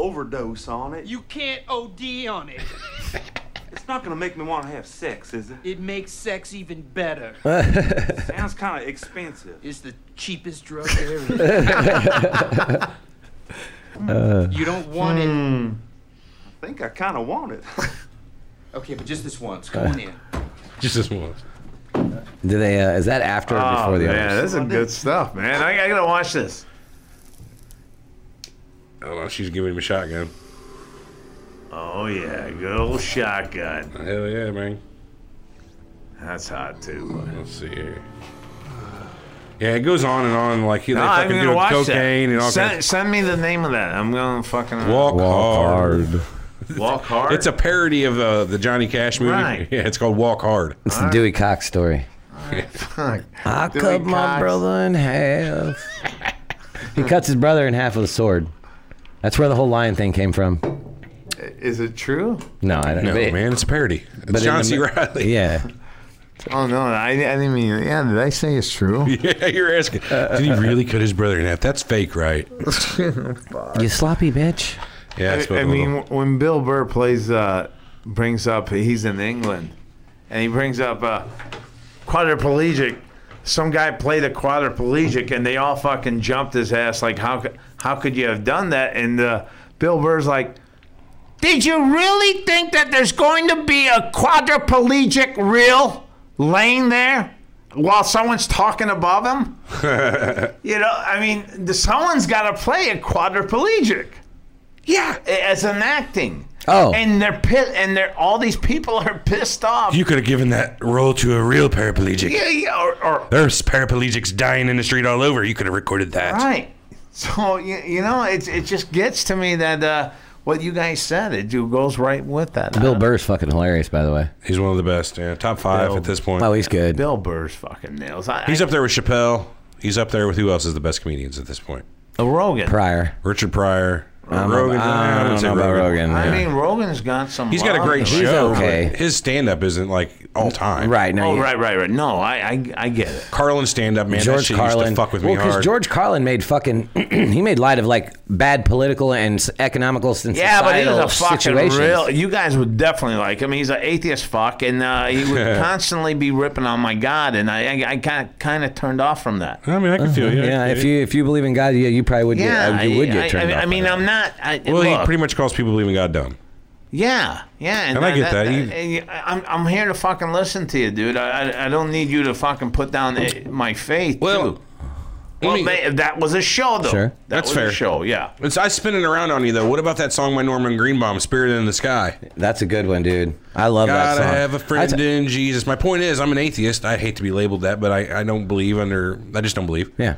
[SPEAKER 7] overdose on it.
[SPEAKER 6] You can't OD on it.
[SPEAKER 7] It's not gonna make me want to have sex, is it?
[SPEAKER 6] It makes sex even better.
[SPEAKER 7] Sounds kind of expensive.
[SPEAKER 6] It's the cheapest drug there is. you don't want it.
[SPEAKER 7] I think I kind of want it.
[SPEAKER 6] Okay, but just this once. Come on in.
[SPEAKER 3] Just this one.
[SPEAKER 2] Do they? Uh, is that after or
[SPEAKER 3] Ah,
[SPEAKER 2] before the
[SPEAKER 1] man,
[SPEAKER 2] others?
[SPEAKER 1] this is good stuff, man. I, I gotta watch this.
[SPEAKER 3] I don't know. She's giving him a shotgun.
[SPEAKER 1] Oh yeah, good old shotgun.
[SPEAKER 3] Hell yeah, man.
[SPEAKER 1] That's hot too.
[SPEAKER 3] Let's see here. Yeah, it goes on and on. Like he, they
[SPEAKER 1] No, I'm
[SPEAKER 3] fucking
[SPEAKER 1] gonna
[SPEAKER 3] do
[SPEAKER 1] watch
[SPEAKER 3] cocaine
[SPEAKER 1] that.
[SPEAKER 3] and all
[SPEAKER 1] send,
[SPEAKER 3] kinds.
[SPEAKER 1] send me the name of that. I'm gonna fucking
[SPEAKER 3] Walk, hard.
[SPEAKER 1] walk hard.
[SPEAKER 3] It's a parody of uh, the Johnny Cash movie.
[SPEAKER 1] Right.
[SPEAKER 3] Yeah, it's called Walk Hard.
[SPEAKER 2] It's the Dewey Cox story.
[SPEAKER 1] Fuck.
[SPEAKER 2] I
[SPEAKER 1] Dewey
[SPEAKER 2] cut my
[SPEAKER 1] Cox.
[SPEAKER 2] brother in half. he cuts his brother in half with a sword. That's where the whole lion thing came from.
[SPEAKER 1] Is it true?
[SPEAKER 2] No, I don't
[SPEAKER 3] No,
[SPEAKER 2] know.
[SPEAKER 3] man, it's a parody. It's
[SPEAKER 2] in
[SPEAKER 3] John
[SPEAKER 2] the
[SPEAKER 3] C.
[SPEAKER 2] mi-
[SPEAKER 3] Riley.
[SPEAKER 2] Yeah.
[SPEAKER 1] Oh no, I, I didn't mean. Yeah, did I say it's true?
[SPEAKER 3] Yeah, you're asking. Did he really cut his brother in half? That's fake, right?
[SPEAKER 2] You sloppy bitch.
[SPEAKER 3] Yeah, it's
[SPEAKER 1] I, I
[SPEAKER 3] fucking
[SPEAKER 1] mean,
[SPEAKER 3] little-
[SPEAKER 1] when Bill Burr plays, uh, brings up he's in England, and he brings up uh, quadriplegic. Some guy played a quadriplegic, and they all fucking jumped his ass. Like, how could how could you have done that? And uh, Bill Burr's like. Did you really think that there's going to be a quadriplegic real laying there while someone's talking above him? you know, I mean, the, someone's got to play a quadriplegic. Yeah, as an acting.
[SPEAKER 2] Oh.
[SPEAKER 1] and they're pit, and they're all these people are pissed off.
[SPEAKER 3] You could have given that role to a real paraplegic.
[SPEAKER 1] yeah, yeah, or, or
[SPEAKER 3] There's paraplegics dying in the street all over. You could have recorded that.
[SPEAKER 1] right. So you, you know, it it just gets to me that uh, what you guys said it do- goes right with that.
[SPEAKER 2] Bill
[SPEAKER 1] Uh,
[SPEAKER 2] Burr's fucking hilarious, by the way.
[SPEAKER 3] He's one of the best. Yeah, top five
[SPEAKER 1] Bill.
[SPEAKER 3] at this point.
[SPEAKER 2] Oh, he's good.
[SPEAKER 1] Bill Burr's fucking nails. I,
[SPEAKER 3] He's
[SPEAKER 1] I,
[SPEAKER 3] up there with Chappelle. He's up there with who else is the best comedians at this point?
[SPEAKER 1] Rogan.
[SPEAKER 2] Pryor.
[SPEAKER 3] Richard Pryor,
[SPEAKER 2] I'm a-
[SPEAKER 3] Rogan.
[SPEAKER 2] I
[SPEAKER 3] would
[SPEAKER 2] don't
[SPEAKER 3] say
[SPEAKER 2] know about Rogan.
[SPEAKER 1] I
[SPEAKER 2] yeah.
[SPEAKER 1] mean, Rogan's got some.
[SPEAKER 3] He's got a
[SPEAKER 1] love
[SPEAKER 3] great
[SPEAKER 1] to
[SPEAKER 2] He's
[SPEAKER 3] show. but
[SPEAKER 2] okay.
[SPEAKER 3] His stand up isn't like all time.
[SPEAKER 2] right now,
[SPEAKER 1] Oh,
[SPEAKER 2] you-
[SPEAKER 1] right, right, right. No, I, I, I get it.
[SPEAKER 3] Carlin stand up, man. that
[SPEAKER 2] George
[SPEAKER 3] shit
[SPEAKER 2] Carlin.
[SPEAKER 3] used to fuck with
[SPEAKER 2] well,
[SPEAKER 3] me
[SPEAKER 2] because
[SPEAKER 3] hard.
[SPEAKER 2] George Carlin made fucking he made light of like bad political and s- economical and
[SPEAKER 1] Yeah, but he's
[SPEAKER 2] societal
[SPEAKER 1] a fucking
[SPEAKER 2] situations.
[SPEAKER 1] real. You guys would definitely like him. He's an atheist fuck, and uh, he would constantly be ripping on my God, and I, I, I kind of, kind of turned off from that.
[SPEAKER 3] I mean, I can feel you. I
[SPEAKER 2] Uh-huh. Yeah,
[SPEAKER 3] can
[SPEAKER 2] if
[SPEAKER 3] feel
[SPEAKER 2] you if you believe in God, yeah, you probably would
[SPEAKER 1] Yeah,
[SPEAKER 2] get uh, you
[SPEAKER 1] I-
[SPEAKER 2] would get
[SPEAKER 1] I- I,
[SPEAKER 2] turned off.
[SPEAKER 1] I
[SPEAKER 2] by
[SPEAKER 1] mean,
[SPEAKER 2] that.
[SPEAKER 1] I'm not. I,
[SPEAKER 3] Well, he
[SPEAKER 1] look,
[SPEAKER 3] pretty much calls people believing God dumb.
[SPEAKER 1] Yeah, yeah,
[SPEAKER 3] And I get that. You-
[SPEAKER 1] and you- I'm, I'm here to fucking listen to you, dude. I, I, I don't need you to fucking put down eh, my faith. too. well,
[SPEAKER 3] me-
[SPEAKER 1] ma- that was a show, though.
[SPEAKER 2] Sure.
[SPEAKER 1] That
[SPEAKER 3] That's
[SPEAKER 1] was a
[SPEAKER 3] fair.
[SPEAKER 1] show, yeah.
[SPEAKER 3] It's, I spin it around on you though. What about that song by Norman Greenbaum, "Spirit in the Sky"?
[SPEAKER 2] That's a good one, dude. I love that
[SPEAKER 3] Gotta
[SPEAKER 2] song.
[SPEAKER 3] have a
[SPEAKER 2] I
[SPEAKER 3] friend
[SPEAKER 2] t-
[SPEAKER 3] in Jesus. My point is, I'm an atheist. I hate to be labeled that, but I, I don't believe under. I just don't believe.
[SPEAKER 2] yeah.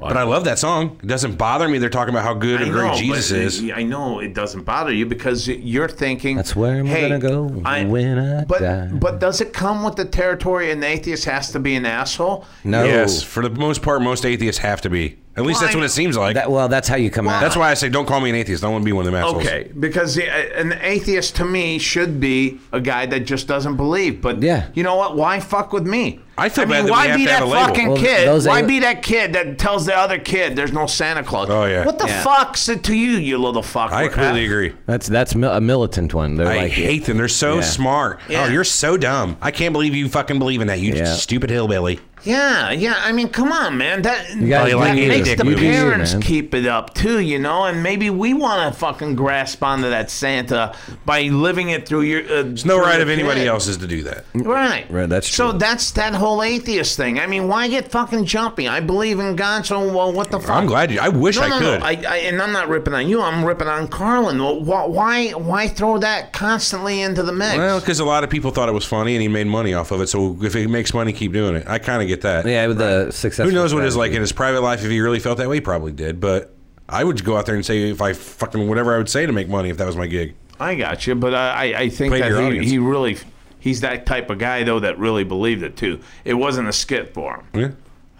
[SPEAKER 3] But I love that song. It doesn't bother me. They're talking about how good and great
[SPEAKER 1] know,
[SPEAKER 3] Jesus
[SPEAKER 1] but
[SPEAKER 3] is.
[SPEAKER 1] I know it doesn't bother you because you're thinking
[SPEAKER 2] That's where I'm
[SPEAKER 1] hey,
[SPEAKER 2] gonna go
[SPEAKER 1] I-
[SPEAKER 2] when I
[SPEAKER 1] but,
[SPEAKER 2] die.
[SPEAKER 1] But does it come with the territory an atheist has to be an asshole?
[SPEAKER 2] No.
[SPEAKER 3] Yes, for the most part, most atheists have to be. At least that's
[SPEAKER 1] Why?
[SPEAKER 3] what it seems like.
[SPEAKER 2] That, well, that's how you come out.
[SPEAKER 3] that's why I say, don't call me an atheist. I want to be one of them assholes.
[SPEAKER 1] Okay, because the, an atheist to me should be a guy that just doesn't believe. But
[SPEAKER 2] Yeah.
[SPEAKER 1] you know what? Why fuck with me?
[SPEAKER 3] I feel
[SPEAKER 1] mean,
[SPEAKER 3] bad that
[SPEAKER 1] why
[SPEAKER 3] we have
[SPEAKER 1] be
[SPEAKER 3] to
[SPEAKER 1] that
[SPEAKER 3] have a label.
[SPEAKER 1] fucking
[SPEAKER 2] Well,
[SPEAKER 1] kid?
[SPEAKER 2] those
[SPEAKER 1] why
[SPEAKER 2] ain't-
[SPEAKER 1] be that kid that tells the other kid there's no Santa Claus?
[SPEAKER 3] Oh, yeah.
[SPEAKER 1] What the
[SPEAKER 2] Yeah.
[SPEAKER 1] fuck's it to you, you little fucker?
[SPEAKER 3] I completely
[SPEAKER 1] huh?
[SPEAKER 3] agree.
[SPEAKER 2] That's that's mil- a militant one. They're
[SPEAKER 3] I
[SPEAKER 2] like,
[SPEAKER 3] hate them. They're so
[SPEAKER 2] Yeah.
[SPEAKER 3] smart.
[SPEAKER 1] Yeah.
[SPEAKER 3] Oh, you're so dumb. I can't believe you fucking believe in that. You
[SPEAKER 2] Yeah.
[SPEAKER 3] stupid hillbilly.
[SPEAKER 1] Yeah, yeah. I mean, come on, man. That
[SPEAKER 2] guys
[SPEAKER 1] that
[SPEAKER 3] do you.
[SPEAKER 1] makes
[SPEAKER 3] You
[SPEAKER 1] the
[SPEAKER 3] do you,
[SPEAKER 1] parents
[SPEAKER 2] man.
[SPEAKER 1] keep it up too, you know. And maybe we want to fucking grasp onto that Santa by living it through your. Uh,
[SPEAKER 3] There's no right of anybody else's to do that.
[SPEAKER 2] Mm.
[SPEAKER 1] Right.
[SPEAKER 2] Right, that's
[SPEAKER 1] So
[SPEAKER 2] true.
[SPEAKER 1] that's that whole atheist thing. I mean, why get fucking jumpy? I believe in God, so well, what the fuck?
[SPEAKER 3] I'm glad you. I wish
[SPEAKER 1] No,
[SPEAKER 3] I
[SPEAKER 1] no,
[SPEAKER 3] could.
[SPEAKER 1] no. I, I, and I'm not ripping on you. I'm ripping on Carlin. Well, wh- why, why throw that constantly into the mix?
[SPEAKER 3] Well, because a lot of people thought it was funny and he made money off of it. So if it makes money, keep doing it. I kind of get that.
[SPEAKER 2] yeah, with the success.
[SPEAKER 3] Who knows what it's like in his private life? If he really felt that way, he probably did. But I would go out there and say if I fucking whatever I would say to make money if that was my gig.
[SPEAKER 1] I got you, but I, I- I think
[SPEAKER 3] Play to your
[SPEAKER 1] that he,
[SPEAKER 3] audience.
[SPEAKER 1] he really, he's that type of guy though that really believed it too. It wasn't a skit for him.
[SPEAKER 3] Yeah.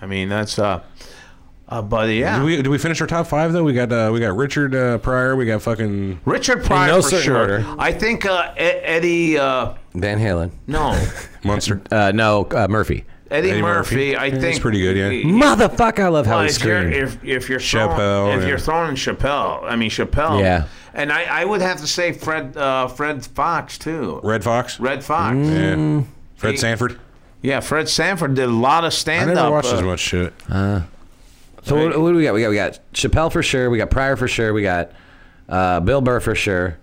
[SPEAKER 1] I mean, that's uh, uh but yeah,
[SPEAKER 3] Do we do we finish our top five though? We got uh, we got Richard uh, Pryor. We got fucking
[SPEAKER 1] Richard Pryor
[SPEAKER 2] no
[SPEAKER 1] for
[SPEAKER 2] certain
[SPEAKER 1] sure.
[SPEAKER 2] order.
[SPEAKER 1] I think uh, E- Eddie, uh,
[SPEAKER 2] Van Halen.
[SPEAKER 1] no,
[SPEAKER 3] Monster.
[SPEAKER 2] Uh, no, uh, Murphy.
[SPEAKER 1] Eddie,
[SPEAKER 3] Eddie
[SPEAKER 1] Murphy,
[SPEAKER 3] Murphy.
[SPEAKER 1] I
[SPEAKER 3] Yeah,
[SPEAKER 1] think
[SPEAKER 3] he's pretty good, yeah.
[SPEAKER 1] he-
[SPEAKER 2] Motherfucker, I love how
[SPEAKER 1] Well,
[SPEAKER 2] he
[SPEAKER 1] if you're
[SPEAKER 2] screamed.
[SPEAKER 1] if, if you're throwing,
[SPEAKER 3] Chappelle,
[SPEAKER 1] if
[SPEAKER 3] yeah.
[SPEAKER 1] you're throwing Chappelle, I mean Chappelle,
[SPEAKER 2] Yeah.
[SPEAKER 1] And I, I would have to say Fred uh, Fred Fox too.
[SPEAKER 3] Red Mm. Fox.
[SPEAKER 1] Red Fox,
[SPEAKER 3] Yeah. Fred
[SPEAKER 1] He-
[SPEAKER 3] Sanford.
[SPEAKER 1] yeah. Fred Sanford did a lot of
[SPEAKER 3] I
[SPEAKER 1] stand
[SPEAKER 3] never
[SPEAKER 1] up. uh,
[SPEAKER 3] watched as much shit.
[SPEAKER 2] So what, what do we got? We got we got Chappelle for sure. We got Pryor for sure. We got uh, Bill Burr for sure.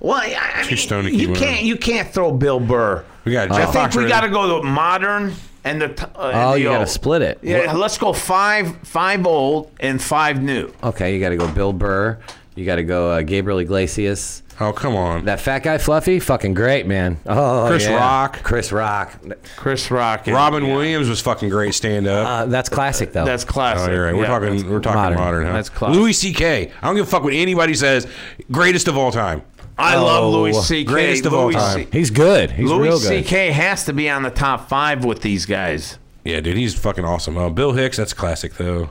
[SPEAKER 1] Well, I, I
[SPEAKER 3] Too stoned to
[SPEAKER 1] mean, you
[SPEAKER 3] keep
[SPEAKER 1] can't
[SPEAKER 3] winning.
[SPEAKER 1] you can't throw Bill Burr.
[SPEAKER 3] We got
[SPEAKER 1] I
[SPEAKER 3] Jeff
[SPEAKER 1] think
[SPEAKER 3] Fox.
[SPEAKER 1] we
[SPEAKER 3] right?
[SPEAKER 1] got to go to modern and the. T- uh, and
[SPEAKER 2] Oh,
[SPEAKER 1] the
[SPEAKER 2] you got to
[SPEAKER 1] old.
[SPEAKER 2] split it.
[SPEAKER 1] Yeah, let's go five five old and five new.
[SPEAKER 2] Okay, you got to go Bill Burr. You got to go uh, Gabriel Iglesias.
[SPEAKER 3] Oh come on.
[SPEAKER 2] That fat guy, Fluffy, fucking great, man. Oh,
[SPEAKER 3] Chris
[SPEAKER 2] yeah.
[SPEAKER 3] Rock.
[SPEAKER 2] Chris Rock.
[SPEAKER 1] Chris Rock. and-
[SPEAKER 3] Robin Williams was fucking great stand up.
[SPEAKER 2] Uh, that's classic though.
[SPEAKER 1] That's classic.
[SPEAKER 3] Oh, you're right. We're
[SPEAKER 1] Yeah, that's-
[SPEAKER 3] talking. We're talking
[SPEAKER 2] modern.
[SPEAKER 3] modern. huh?
[SPEAKER 1] That's classic.
[SPEAKER 3] Louis C.K. I don't give a fuck what anybody says. Greatest of all time.
[SPEAKER 1] I love Louis
[SPEAKER 2] Oh,
[SPEAKER 1] C.K.
[SPEAKER 3] greatest of all
[SPEAKER 1] Louis
[SPEAKER 3] time.
[SPEAKER 1] C-
[SPEAKER 2] He's good. He's real
[SPEAKER 1] Louis
[SPEAKER 2] good.
[SPEAKER 1] C.K. has to be on the top five with these guys.
[SPEAKER 3] Yeah, dude, he's fucking awesome. Uh, Bill Hicks. That's classic though.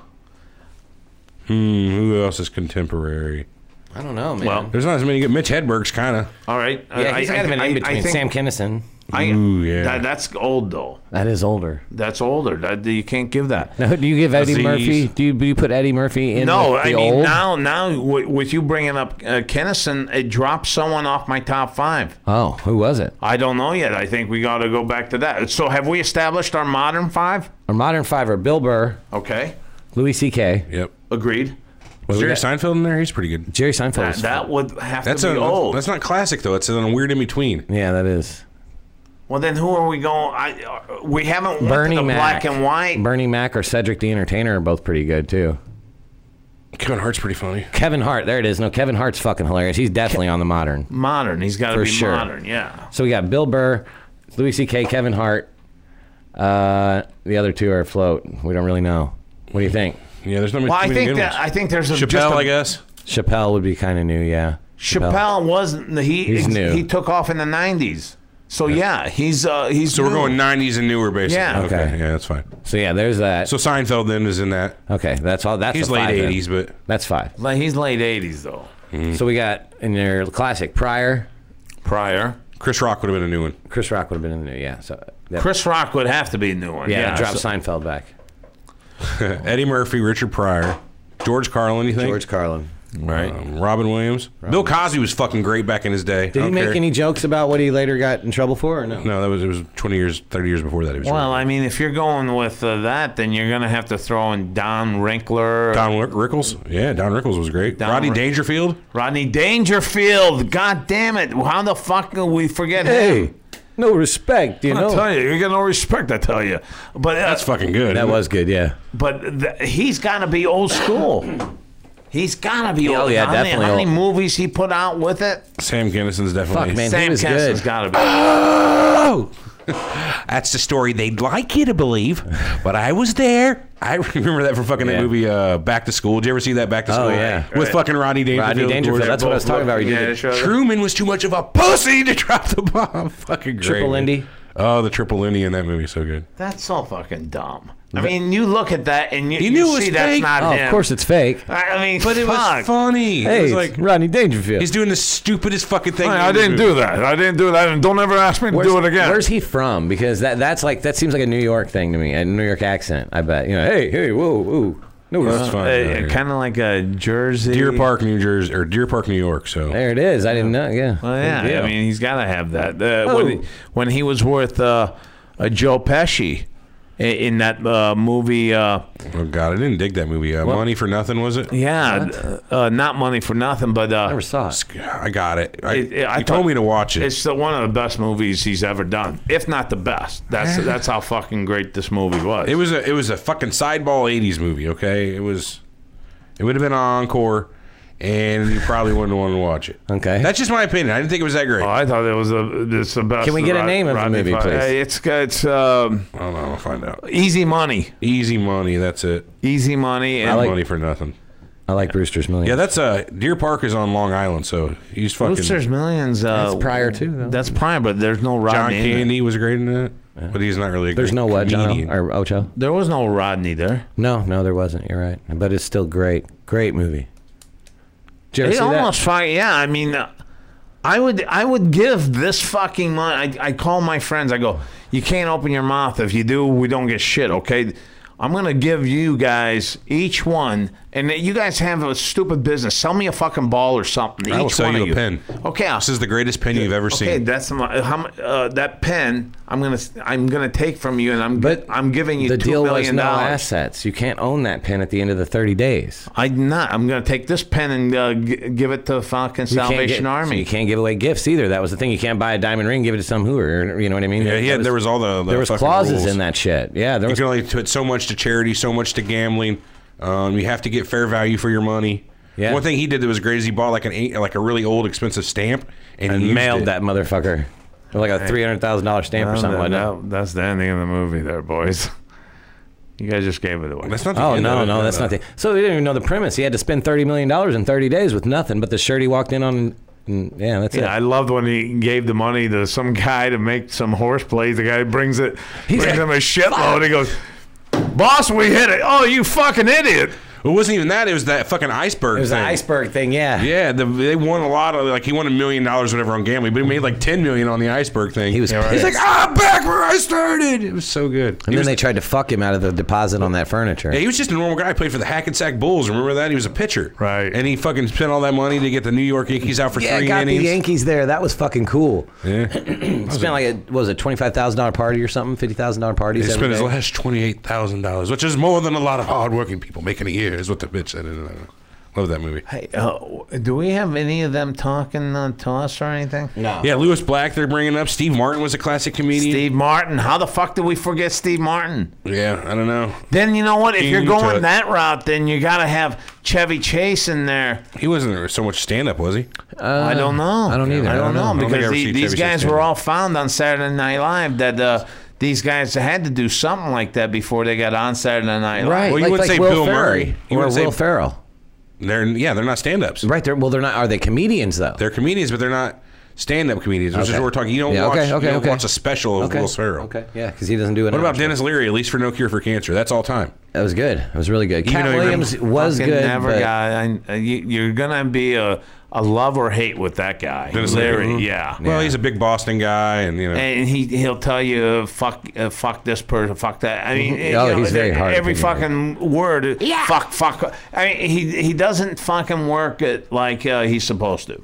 [SPEAKER 3] Hmm. Who else is contemporary?
[SPEAKER 2] I don't know, man.
[SPEAKER 1] Well,
[SPEAKER 3] There's not as many good. Mitch Hedberg's kind of.
[SPEAKER 1] All right.
[SPEAKER 2] yeah, he's kind of an in between. Sam Kinison.
[SPEAKER 1] I,
[SPEAKER 3] Ooh, yeah.
[SPEAKER 1] that- that's old though.
[SPEAKER 2] That is older.
[SPEAKER 1] That's older. That, you can't give that.
[SPEAKER 2] Now, do you give Eddie
[SPEAKER 3] Aziz.
[SPEAKER 2] Murphy? Do you, do you put Eddie Murphy in?
[SPEAKER 1] No,
[SPEAKER 2] with the
[SPEAKER 1] I mean
[SPEAKER 2] old?
[SPEAKER 1] now, now wi- with you bringing up uh, Kennison, it dropped someone off my top five.
[SPEAKER 2] Oh, who was it?
[SPEAKER 1] I don't know yet. I think we got to go back to that. So have we established our modern five?
[SPEAKER 2] Our modern fiver: Bill Burr,
[SPEAKER 1] Okay,
[SPEAKER 2] Louis C.K.,
[SPEAKER 3] Yep.
[SPEAKER 1] agreed.
[SPEAKER 3] Was Jerry
[SPEAKER 2] got-
[SPEAKER 3] Seinfeld in there? He's pretty good.
[SPEAKER 2] Jerry Seinfeld.
[SPEAKER 1] That,
[SPEAKER 2] was-
[SPEAKER 1] that would have
[SPEAKER 3] That's
[SPEAKER 1] to be
[SPEAKER 3] a.
[SPEAKER 1] old.
[SPEAKER 3] That's not classic though. It's a weird in between.
[SPEAKER 2] yeah, that is
[SPEAKER 1] well, then who are we going? I, uh, we haven't went
[SPEAKER 2] Bernie
[SPEAKER 1] to the
[SPEAKER 2] Mac.
[SPEAKER 1] black and white.
[SPEAKER 2] Bernie Mac or Cedric the Entertainer are both pretty good too.
[SPEAKER 3] Kevin Hart's pretty funny.
[SPEAKER 2] Kevin Hart. There it is. No, Kevin Hart's fucking hilarious. He's definitely on the modern.
[SPEAKER 1] Modern. He's got to
[SPEAKER 2] For
[SPEAKER 1] be
[SPEAKER 2] sure.
[SPEAKER 1] modern. Yeah.
[SPEAKER 2] So we got Bill Burr, Louis C.K., Kevin Hart. Uh, the other two are afloat. We don't really know. What do you think?
[SPEAKER 3] Yeah, there's no
[SPEAKER 1] Well, I think that I think there's a just
[SPEAKER 3] Chappelle,
[SPEAKER 1] a-
[SPEAKER 3] I guess.
[SPEAKER 2] Chappelle would be kind of new, yeah.
[SPEAKER 1] Chappelle wasn't he?
[SPEAKER 2] He's
[SPEAKER 1] ex-
[SPEAKER 2] new.
[SPEAKER 1] He took off in the '90s. So yeah, he's uh, he's.
[SPEAKER 3] So we're
[SPEAKER 1] new.
[SPEAKER 3] going 90s and newer, basically.
[SPEAKER 1] Yeah.
[SPEAKER 3] Okay.
[SPEAKER 2] Okay.
[SPEAKER 3] Yeah, that's fine.
[SPEAKER 2] So yeah, there's that.
[SPEAKER 3] So Seinfeld then is in that.
[SPEAKER 2] okay, that's all. That's
[SPEAKER 3] He's
[SPEAKER 2] a
[SPEAKER 3] late
[SPEAKER 2] five then.
[SPEAKER 3] 80s, but
[SPEAKER 2] That's five.
[SPEAKER 1] Like he's late '80s though.
[SPEAKER 2] So we got in your classic Pryor,
[SPEAKER 1] Prior.
[SPEAKER 3] Chris Rock would have been a new one.
[SPEAKER 2] Chris Rock would have been in the new, yeah. So that,
[SPEAKER 1] Chris Rock would have to be a new one.
[SPEAKER 2] yeah,
[SPEAKER 1] Yeah,
[SPEAKER 2] drop
[SPEAKER 1] so-
[SPEAKER 2] Seinfeld back.
[SPEAKER 3] Eddie Murphy, Richard Pryor, George Carlin, you think?
[SPEAKER 2] George Carlin.
[SPEAKER 1] right.
[SPEAKER 3] Um, Robin Williams. Bill Cosby was fucking great back in his day.
[SPEAKER 2] Did he make any jokes about what he later got in trouble for, or no?
[SPEAKER 3] No, that was it was 20 years, 30 years before that. He was
[SPEAKER 1] Well, I mean, if you're going with uh, that, then you're gonna have to throw in Don Wrinkler,
[SPEAKER 3] Don Rick- Rickles. Yeah, Don Rickles was great.
[SPEAKER 1] Don
[SPEAKER 3] Rodney
[SPEAKER 1] Rick-
[SPEAKER 3] Dangerfield.
[SPEAKER 1] Rodney Dangerfield. God damn it! How the fuck can we forget him?
[SPEAKER 2] Hey, no respect, you
[SPEAKER 1] I
[SPEAKER 2] know.
[SPEAKER 1] tell you, you got no respect. I tell you, but uh,
[SPEAKER 3] That's fucking good.
[SPEAKER 2] That was good, yeah.
[SPEAKER 1] But th- he's got to be old school. He's got to be
[SPEAKER 2] Oh,
[SPEAKER 1] old.
[SPEAKER 2] yeah,
[SPEAKER 1] how many-
[SPEAKER 2] definitely
[SPEAKER 1] How many
[SPEAKER 2] old.
[SPEAKER 1] movies he put out with it?
[SPEAKER 3] Sam Kinnison's definitely.
[SPEAKER 2] Fuck man, he
[SPEAKER 1] Sam
[SPEAKER 2] was
[SPEAKER 1] Kessler's
[SPEAKER 2] good.
[SPEAKER 1] got to be.
[SPEAKER 3] Oh, that's the story they'd like you to believe, but I was there. I remember that from fucking
[SPEAKER 2] Yeah.
[SPEAKER 3] that movie uh, Back to School. Did you ever see that Back to
[SPEAKER 2] Oh,
[SPEAKER 3] School?
[SPEAKER 2] yeah.
[SPEAKER 3] with fucking Rodney Dangerfield.
[SPEAKER 2] Rodney Dangerfield.
[SPEAKER 3] George-
[SPEAKER 2] That's what I was talking about. He did
[SPEAKER 1] Yeah,
[SPEAKER 2] it.
[SPEAKER 3] Truman was too much of a pussy to drop the bomb. Fucking great.
[SPEAKER 2] Triple
[SPEAKER 3] man.
[SPEAKER 2] Indy.
[SPEAKER 3] Oh, the triple Indy in that movie is so good.
[SPEAKER 1] That's so fucking dumb. I mean, you look at that and you,
[SPEAKER 3] You
[SPEAKER 1] you,
[SPEAKER 3] knew it was
[SPEAKER 1] see that's
[SPEAKER 3] fake.
[SPEAKER 1] not
[SPEAKER 2] Oh,
[SPEAKER 1] him.
[SPEAKER 2] of course it's fake.
[SPEAKER 1] I, I mean,
[SPEAKER 3] But it
[SPEAKER 1] fuck.
[SPEAKER 3] was funny. it
[SPEAKER 2] Hey,
[SPEAKER 3] was
[SPEAKER 2] like,
[SPEAKER 3] like
[SPEAKER 2] Rodney Dangerfield.
[SPEAKER 3] he's doing the stupidest fucking thing.
[SPEAKER 1] I didn't do that. I didn't do that. And don't ever ask me to do it again.
[SPEAKER 2] Where's he from? Because that that's like that seems like a New York thing to me, a New York accent. I bet you know. Hey, hey, whoa, whoa. No,
[SPEAKER 3] That's
[SPEAKER 2] respect.
[SPEAKER 3] fine. Yeah, yeah.
[SPEAKER 1] kind of Uh, like a Jersey.
[SPEAKER 3] Deer Park, New Jersey, or Deer Park, New York. So
[SPEAKER 2] there it is. I didn't know. Yeah.
[SPEAKER 1] Well, yeah,
[SPEAKER 2] Good deal.
[SPEAKER 1] I mean, he's got to have that. Uh,
[SPEAKER 2] Oh.
[SPEAKER 1] when, when he was with uh, uh, Joe Pesci i- in, that uh, movie, uh,
[SPEAKER 3] Oh God, I didn't dig that movie. Uh, Money for Nothing was it?
[SPEAKER 1] yeah, uh, not Money for Nothing, but uh,
[SPEAKER 2] I never saw it.
[SPEAKER 3] I got it. I,
[SPEAKER 1] It- it- I
[SPEAKER 3] you
[SPEAKER 1] thought-
[SPEAKER 3] told me to watch it.
[SPEAKER 1] It's the, one of the best movies he's ever done, if not the best. That's that's how fucking great this movie was.
[SPEAKER 3] It was a it was a fucking sideball '80s movie. Okay, it was. It would have been on encore, and you probably wouldn't want to watch it.
[SPEAKER 2] Okay.
[SPEAKER 3] that's just my opinion. I didn't think it was that great.
[SPEAKER 1] Oh, I thought it was a, it's the best.
[SPEAKER 2] Can we get a name of the movie,
[SPEAKER 1] Fi-
[SPEAKER 2] please?
[SPEAKER 1] Hey, It's it's um,
[SPEAKER 3] I don't know. I'll find out.
[SPEAKER 1] Easy Money,
[SPEAKER 3] Easy money. That's it.
[SPEAKER 1] Easy Money, and
[SPEAKER 2] like-
[SPEAKER 3] money for nothing.
[SPEAKER 2] I like Brewster's Million.
[SPEAKER 3] Yeah, that's uh Deer Park is on Long Island, so he's fucking.
[SPEAKER 1] Brewster's Millions. Uh,
[SPEAKER 2] That's prior to, though.
[SPEAKER 1] That's prior, but there's no Rodney.
[SPEAKER 3] John
[SPEAKER 1] in it.
[SPEAKER 3] Candy was great in that, but he's not really. A
[SPEAKER 2] There's
[SPEAKER 3] great
[SPEAKER 2] no what, John
[SPEAKER 3] comedian.
[SPEAKER 2] or Ocho?
[SPEAKER 1] There was no Rodney there.
[SPEAKER 2] No, no, there wasn't. You're right. But it's still great. Great movie. Did you ever
[SPEAKER 1] It
[SPEAKER 2] see
[SPEAKER 1] almost fucking yeah. I mean, uh, I would I would give this fucking money. I, I call my friends. I go, you can't open your mouth. If you do, we don't get shit. Okay. I'm gonna give you guys each one, and you guys have a stupid business. Sell me a fucking ball or something.
[SPEAKER 3] I will
[SPEAKER 1] each
[SPEAKER 3] sell
[SPEAKER 1] one
[SPEAKER 3] you
[SPEAKER 1] of
[SPEAKER 3] a pen.
[SPEAKER 1] Okay. I'll,
[SPEAKER 3] This is the greatest pen you've ever
[SPEAKER 1] okay.
[SPEAKER 3] seen.
[SPEAKER 1] That's my, how mu- uh, that pen. I'm gonna I'm gonna take from you, and I'm
[SPEAKER 2] But
[SPEAKER 1] I'm giving you
[SPEAKER 2] that? The
[SPEAKER 1] two
[SPEAKER 2] deal was
[SPEAKER 1] million
[SPEAKER 2] no
[SPEAKER 1] dollars.
[SPEAKER 2] assets. You can't own that pin at the end of the 30 days.
[SPEAKER 1] I'm not. I'm gonna take this pen and uh, g- give it to fucking
[SPEAKER 2] You can't
[SPEAKER 1] Salvation
[SPEAKER 2] get-
[SPEAKER 1] Army.
[SPEAKER 2] So you can't give away gifts either. That was the thing. You can't buy a diamond ring, give it to some hooer. or- You know what I mean?
[SPEAKER 3] Yeah, he
[SPEAKER 2] That
[SPEAKER 3] had, there was all the, the
[SPEAKER 2] there was
[SPEAKER 3] fucking
[SPEAKER 2] clauses
[SPEAKER 3] rules.
[SPEAKER 2] in that shit. Yeah, there
[SPEAKER 3] You
[SPEAKER 2] was
[SPEAKER 3] can only put so much to charity, so much to gambling. Um, you have to get fair value for your money.
[SPEAKER 2] Yeah.
[SPEAKER 3] One thing he did that was great is he bought like an eight, like a really old expensive stamp and,
[SPEAKER 2] and
[SPEAKER 3] used
[SPEAKER 2] mailed
[SPEAKER 3] it.
[SPEAKER 2] that motherfucker. It was Like a three hundred thousand dollar stamp or
[SPEAKER 1] No,
[SPEAKER 2] something
[SPEAKER 1] no,
[SPEAKER 2] like
[SPEAKER 1] no,
[SPEAKER 2] that.
[SPEAKER 1] that's the ending of the movie, there, boys. You guys just gave it away.
[SPEAKER 3] That's not. The
[SPEAKER 2] Oh
[SPEAKER 3] end of
[SPEAKER 2] no,
[SPEAKER 3] it.
[SPEAKER 2] no, that's not the. So they didn't even know the premise. He had to spend thirty million dollars in thirty days with nothing but the shirt he walked in on. And, and yeah, that's
[SPEAKER 1] yeah, I
[SPEAKER 2] it.
[SPEAKER 1] loved when he gave the money to some guy to make some horse plays. The guy brings it, brings
[SPEAKER 2] like,
[SPEAKER 1] him a shitload. He goes, "Boss, we hit it." Oh, you fucking idiot!
[SPEAKER 3] It wasn't even that. It was that fucking iceberg.
[SPEAKER 2] It was
[SPEAKER 3] thing.
[SPEAKER 2] the iceberg thing. Yeah.
[SPEAKER 3] Yeah, the, they won a lot of like he won a million dollars whatever on gambling, but he made like ten million on the iceberg thing.
[SPEAKER 2] He was
[SPEAKER 3] Yeah, right.
[SPEAKER 2] pissed.
[SPEAKER 3] He's like, ah, back where I started. It was so good.
[SPEAKER 2] And
[SPEAKER 3] he,
[SPEAKER 2] then
[SPEAKER 3] was,
[SPEAKER 2] they tried to fuck him out of the deposit on that furniture.
[SPEAKER 3] yeah, he was just a normal guy. played for the Hackensack Bulls. Remember that? He was a pitcher.
[SPEAKER 1] Right.
[SPEAKER 3] And he fucking spent all that money to get the New York Yankees out for
[SPEAKER 2] Yeah,
[SPEAKER 3] three
[SPEAKER 2] got
[SPEAKER 3] innings.
[SPEAKER 2] the Yankees there. That was fucking cool.
[SPEAKER 3] yeah.
[SPEAKER 2] Spent like a what was it twenty five thousand dollar party or something, fifty thousand dollar parties.
[SPEAKER 3] He
[SPEAKER 2] every
[SPEAKER 3] spent his
[SPEAKER 2] day.
[SPEAKER 3] last twenty eight thousand dollars, which is more than a lot of hardworking people making a year, is what the bitch said. I don't know. Love that movie.
[SPEAKER 1] Hey, uh, do we have any of them talking on to us or anything?
[SPEAKER 2] No.
[SPEAKER 3] Yeah, Lewis Black they're bringing up. Steve Martin was a classic comedian.
[SPEAKER 1] Steve Martin. How the fuck did we forget Steve Martin?
[SPEAKER 3] Yeah, I don't know.
[SPEAKER 1] Then you know what? If you're
[SPEAKER 3] Huge
[SPEAKER 1] going
[SPEAKER 3] hook.
[SPEAKER 1] that route, then you got to have Chevy Chase in there.
[SPEAKER 3] He wasn't so much stand up, was he?
[SPEAKER 1] I don't know.
[SPEAKER 2] Uh, I don't either.
[SPEAKER 1] I don't know
[SPEAKER 3] I don't think I
[SPEAKER 1] because
[SPEAKER 3] ever
[SPEAKER 1] the-
[SPEAKER 3] see
[SPEAKER 1] these
[SPEAKER 3] Chevy Chase
[SPEAKER 1] guys
[SPEAKER 3] stand
[SPEAKER 1] were
[SPEAKER 3] up.
[SPEAKER 1] all found on Saturday Night Live. That uh, these guys had to do something like that before they got on Saturday Night Live.
[SPEAKER 2] Right.
[SPEAKER 3] Well, you
[SPEAKER 2] like,
[SPEAKER 3] would
[SPEAKER 2] like
[SPEAKER 3] say
[SPEAKER 2] Will
[SPEAKER 3] Bill
[SPEAKER 2] Ferrell.
[SPEAKER 3] Murray. You
[SPEAKER 2] or
[SPEAKER 3] would say-
[SPEAKER 2] Will Ferrell.
[SPEAKER 3] They're yeah, they're not stand ups.
[SPEAKER 2] Right. They're, well, they're not. Are they comedians though?
[SPEAKER 3] They're comedians, but they're not stand up comedians. Which is
[SPEAKER 2] Okay.
[SPEAKER 3] what we're talking. You don't
[SPEAKER 2] Yeah,
[SPEAKER 3] watch
[SPEAKER 2] okay, okay,
[SPEAKER 3] you don't
[SPEAKER 2] okay.
[SPEAKER 3] watch a special of
[SPEAKER 2] okay.
[SPEAKER 3] Will Ferrell.
[SPEAKER 2] Okay. Yeah, because he doesn't do it.
[SPEAKER 3] What about Dennis Leary? At least for No Cure for Cancer. That's all time.
[SPEAKER 2] That was good. It was really good.
[SPEAKER 3] Even
[SPEAKER 2] Cat
[SPEAKER 3] though he
[SPEAKER 2] Williams
[SPEAKER 3] remember-
[SPEAKER 2] was
[SPEAKER 1] Fucking
[SPEAKER 2] good.
[SPEAKER 1] Never
[SPEAKER 2] but
[SPEAKER 1] guy. I, you, you're gonna be a, a love or hate with that guy,
[SPEAKER 3] Dennis
[SPEAKER 1] Larry.
[SPEAKER 3] Leary.
[SPEAKER 1] Yeah.
[SPEAKER 3] Mm-hmm. Well, he's a big Boston guy, and you know.
[SPEAKER 1] And he he'll tell you fuck uh, fuck this person fuck that I mean you
[SPEAKER 2] Oh,
[SPEAKER 1] know, e-,
[SPEAKER 2] he's very hard
[SPEAKER 1] every
[SPEAKER 2] to get
[SPEAKER 1] fucking word yeah. fuck fuck I mean he he doesn't fucking work it like uh, he's supposed to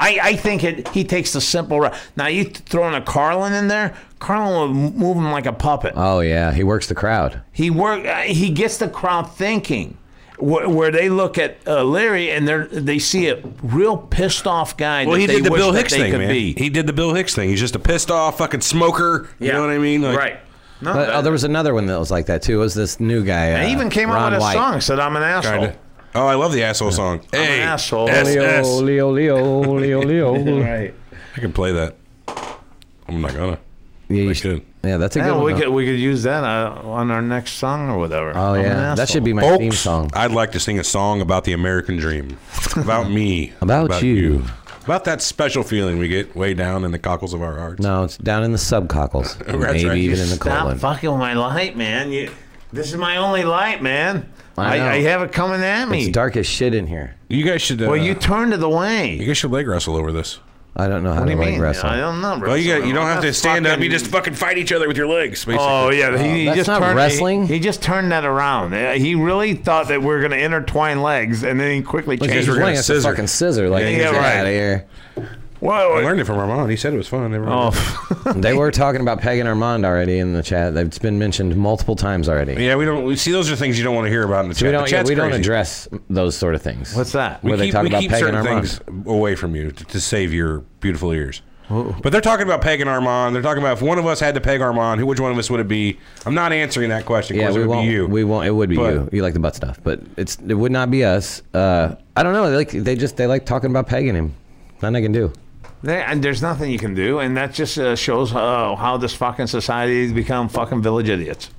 [SPEAKER 1] I, I think it he takes the simple route now you throwing a Carlin in there Carlin will move him like a puppet
[SPEAKER 2] Oh yeah, he works the crowd.
[SPEAKER 1] he work. uh, He gets the crowd thinking, where, where they look at uh, Larry and they they see a real pissed off guy.
[SPEAKER 3] well,
[SPEAKER 1] that
[SPEAKER 3] he
[SPEAKER 1] they
[SPEAKER 3] did the
[SPEAKER 1] wish
[SPEAKER 3] Bill
[SPEAKER 1] that
[SPEAKER 3] Hicks
[SPEAKER 1] they
[SPEAKER 3] thing,
[SPEAKER 1] could
[SPEAKER 3] man.
[SPEAKER 1] Be.
[SPEAKER 3] He did the Bill Hicks thing. He's just a pissed off fucking smoker. You know what I mean? Like,
[SPEAKER 1] right. No,
[SPEAKER 2] But oh,
[SPEAKER 1] that-
[SPEAKER 2] there was another one that was like that too. It was this new guy?
[SPEAKER 1] and
[SPEAKER 2] uh,
[SPEAKER 1] he even came out
[SPEAKER 2] Ron
[SPEAKER 1] with a
[SPEAKER 2] White.
[SPEAKER 1] song said I'm an asshole.
[SPEAKER 3] Kinda. Oh, I love the asshole song. hey,
[SPEAKER 1] asshole.
[SPEAKER 3] S, S.
[SPEAKER 2] Leo, Leo, Leo, Leo, Leo.
[SPEAKER 1] Right.
[SPEAKER 3] I can play that. I'm not gonna.
[SPEAKER 2] Yeah, you
[SPEAKER 3] I
[SPEAKER 2] should-
[SPEAKER 3] should.
[SPEAKER 2] yeah, that's a good
[SPEAKER 1] Yeah,
[SPEAKER 2] one.
[SPEAKER 1] we
[SPEAKER 2] though.
[SPEAKER 1] could we could use that uh, on our next song or whatever. I'm
[SPEAKER 2] oh
[SPEAKER 1] an
[SPEAKER 2] yeah, that should
[SPEAKER 1] asshole.
[SPEAKER 2] be my theme
[SPEAKER 3] Folks,
[SPEAKER 2] song.
[SPEAKER 3] I'd like to sing a song about the American dream, about me,
[SPEAKER 2] About you.
[SPEAKER 3] about that special feeling we get way down in the cockles of our hearts.
[SPEAKER 2] No, it's down in the subcockles,
[SPEAKER 3] That's
[SPEAKER 2] maybe
[SPEAKER 3] right.
[SPEAKER 2] even in the
[SPEAKER 1] Stop
[SPEAKER 2] colon.
[SPEAKER 1] fucking with my light, man. You, this is my only light, man.
[SPEAKER 2] I
[SPEAKER 1] I,
[SPEAKER 2] know.
[SPEAKER 1] I, have it coming at me.
[SPEAKER 2] It's dark as shit in here.
[SPEAKER 3] You guys should. Uh,
[SPEAKER 1] Well, you turn to the
[SPEAKER 3] you
[SPEAKER 1] way.
[SPEAKER 3] guys should leg wrestle over this.
[SPEAKER 2] I don't know how
[SPEAKER 1] What do
[SPEAKER 2] to
[SPEAKER 1] you
[SPEAKER 2] like
[SPEAKER 1] mean?
[SPEAKER 2] wrestle.
[SPEAKER 1] I don't know.
[SPEAKER 3] Well, you got.
[SPEAKER 1] wrestling.
[SPEAKER 3] You don't have to
[SPEAKER 1] That's
[SPEAKER 3] stand up. You
[SPEAKER 1] fucking-
[SPEAKER 3] just fucking fight each other with your legs. Basically.
[SPEAKER 1] Oh yeah, he, he
[SPEAKER 2] that's
[SPEAKER 1] just
[SPEAKER 2] not
[SPEAKER 1] turned,
[SPEAKER 2] wrestling.
[SPEAKER 1] He, he just turned that around. Uh, He really thought that we were going to intertwine legs, and then he quickly
[SPEAKER 2] Look,
[SPEAKER 1] changed.
[SPEAKER 2] he's
[SPEAKER 3] we're gonna
[SPEAKER 2] playing us a
[SPEAKER 3] scissor.
[SPEAKER 2] fucking scissor. Like,
[SPEAKER 3] Yeah,
[SPEAKER 2] get
[SPEAKER 1] yeah, right.
[SPEAKER 2] out of here.
[SPEAKER 3] I
[SPEAKER 1] Whoa!
[SPEAKER 3] learned it from Armand. He said it was fun. Never mind.
[SPEAKER 1] Oh,
[SPEAKER 2] They were talking about Peg and Armand already in the chat. It's been mentioned multiple times already.
[SPEAKER 3] Yeah, we don't. We see those are things you don't want to hear about in the chat.
[SPEAKER 2] we
[SPEAKER 3] the
[SPEAKER 2] don't. Yeah,
[SPEAKER 3] chat's
[SPEAKER 2] we don't
[SPEAKER 3] crazy.
[SPEAKER 2] address those sort of things.
[SPEAKER 1] what's that?
[SPEAKER 3] We
[SPEAKER 2] where they
[SPEAKER 3] keep,
[SPEAKER 2] talk
[SPEAKER 3] we
[SPEAKER 2] about
[SPEAKER 3] keep
[SPEAKER 2] Peg and
[SPEAKER 3] certain
[SPEAKER 2] Armand.
[SPEAKER 3] things away from you to, to save your beautiful ears. But they're talking about Peg and Armand. They're talking about if one of us had to peg Armand, who which one of us would it be? I'm not answering that question.
[SPEAKER 2] Yeah,
[SPEAKER 3] 'cause
[SPEAKER 2] we
[SPEAKER 3] it would
[SPEAKER 2] won't.
[SPEAKER 3] Be you.
[SPEAKER 2] We won't. It would be
[SPEAKER 3] But-
[SPEAKER 2] you. You like the butt stuff, but it's it would not be us. Uh, I don't know. They like they just they like talking about pegging him. Nothing I can do.
[SPEAKER 1] There, and there's nothing you can do, and that just uh, shows uh, how this fucking society has become fucking village idiots.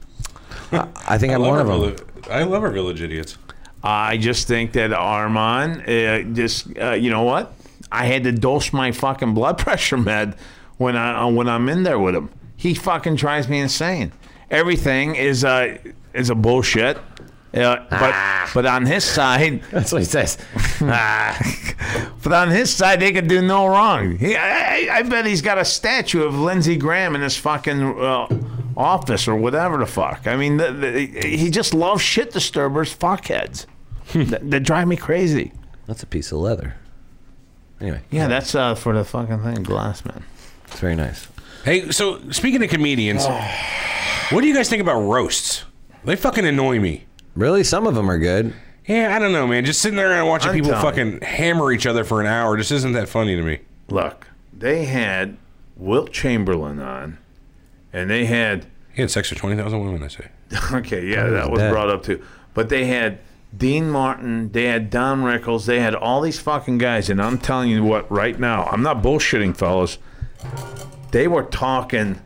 [SPEAKER 2] I think I'm
[SPEAKER 3] love
[SPEAKER 2] one of
[SPEAKER 3] our
[SPEAKER 2] them.
[SPEAKER 3] villi- I love our village idiots.
[SPEAKER 1] I just think that Armand, uh, just uh, you know what? I had to dose my fucking blood pressure med when I uh, when I'm in there with him. He fucking drives me insane. Everything is uh, is a bullshit. Uh, but but on his side,
[SPEAKER 2] That's what he says.
[SPEAKER 1] Ah. but on his side, they could do no wrong. He, I, I- I bet he's got a statue of Lindsey Graham in his fucking uh, office or whatever the fuck. I mean, the, the, he just loves shit disturbers, fuckheads. that, that drive me crazy.
[SPEAKER 2] That's a piece of leather. Anyway,
[SPEAKER 1] Yeah, that's uh, for the fucking thing, Glassman.
[SPEAKER 2] it's very nice.
[SPEAKER 3] Hey, so speaking of comedians, what do you guys think about roasts? They fucking annoy me.
[SPEAKER 2] Really, some of them are good.
[SPEAKER 3] Yeah, I don't know, man. Just sitting there and watching
[SPEAKER 1] I'm
[SPEAKER 3] people
[SPEAKER 1] telling
[SPEAKER 3] fucking hammer each other for an hour just isn't that funny to me.
[SPEAKER 1] Look, they had Wilt Chamberlain on, and they had
[SPEAKER 3] He had sex with twenty thousand women. I say.
[SPEAKER 1] Okay, yeah, that was
[SPEAKER 2] dead.
[SPEAKER 1] brought up too. But they had Dean Martin, they had Don Rickles, they had all these fucking guys, and I'm telling you what, right now, I'm not bullshitting, fellas. They were talking,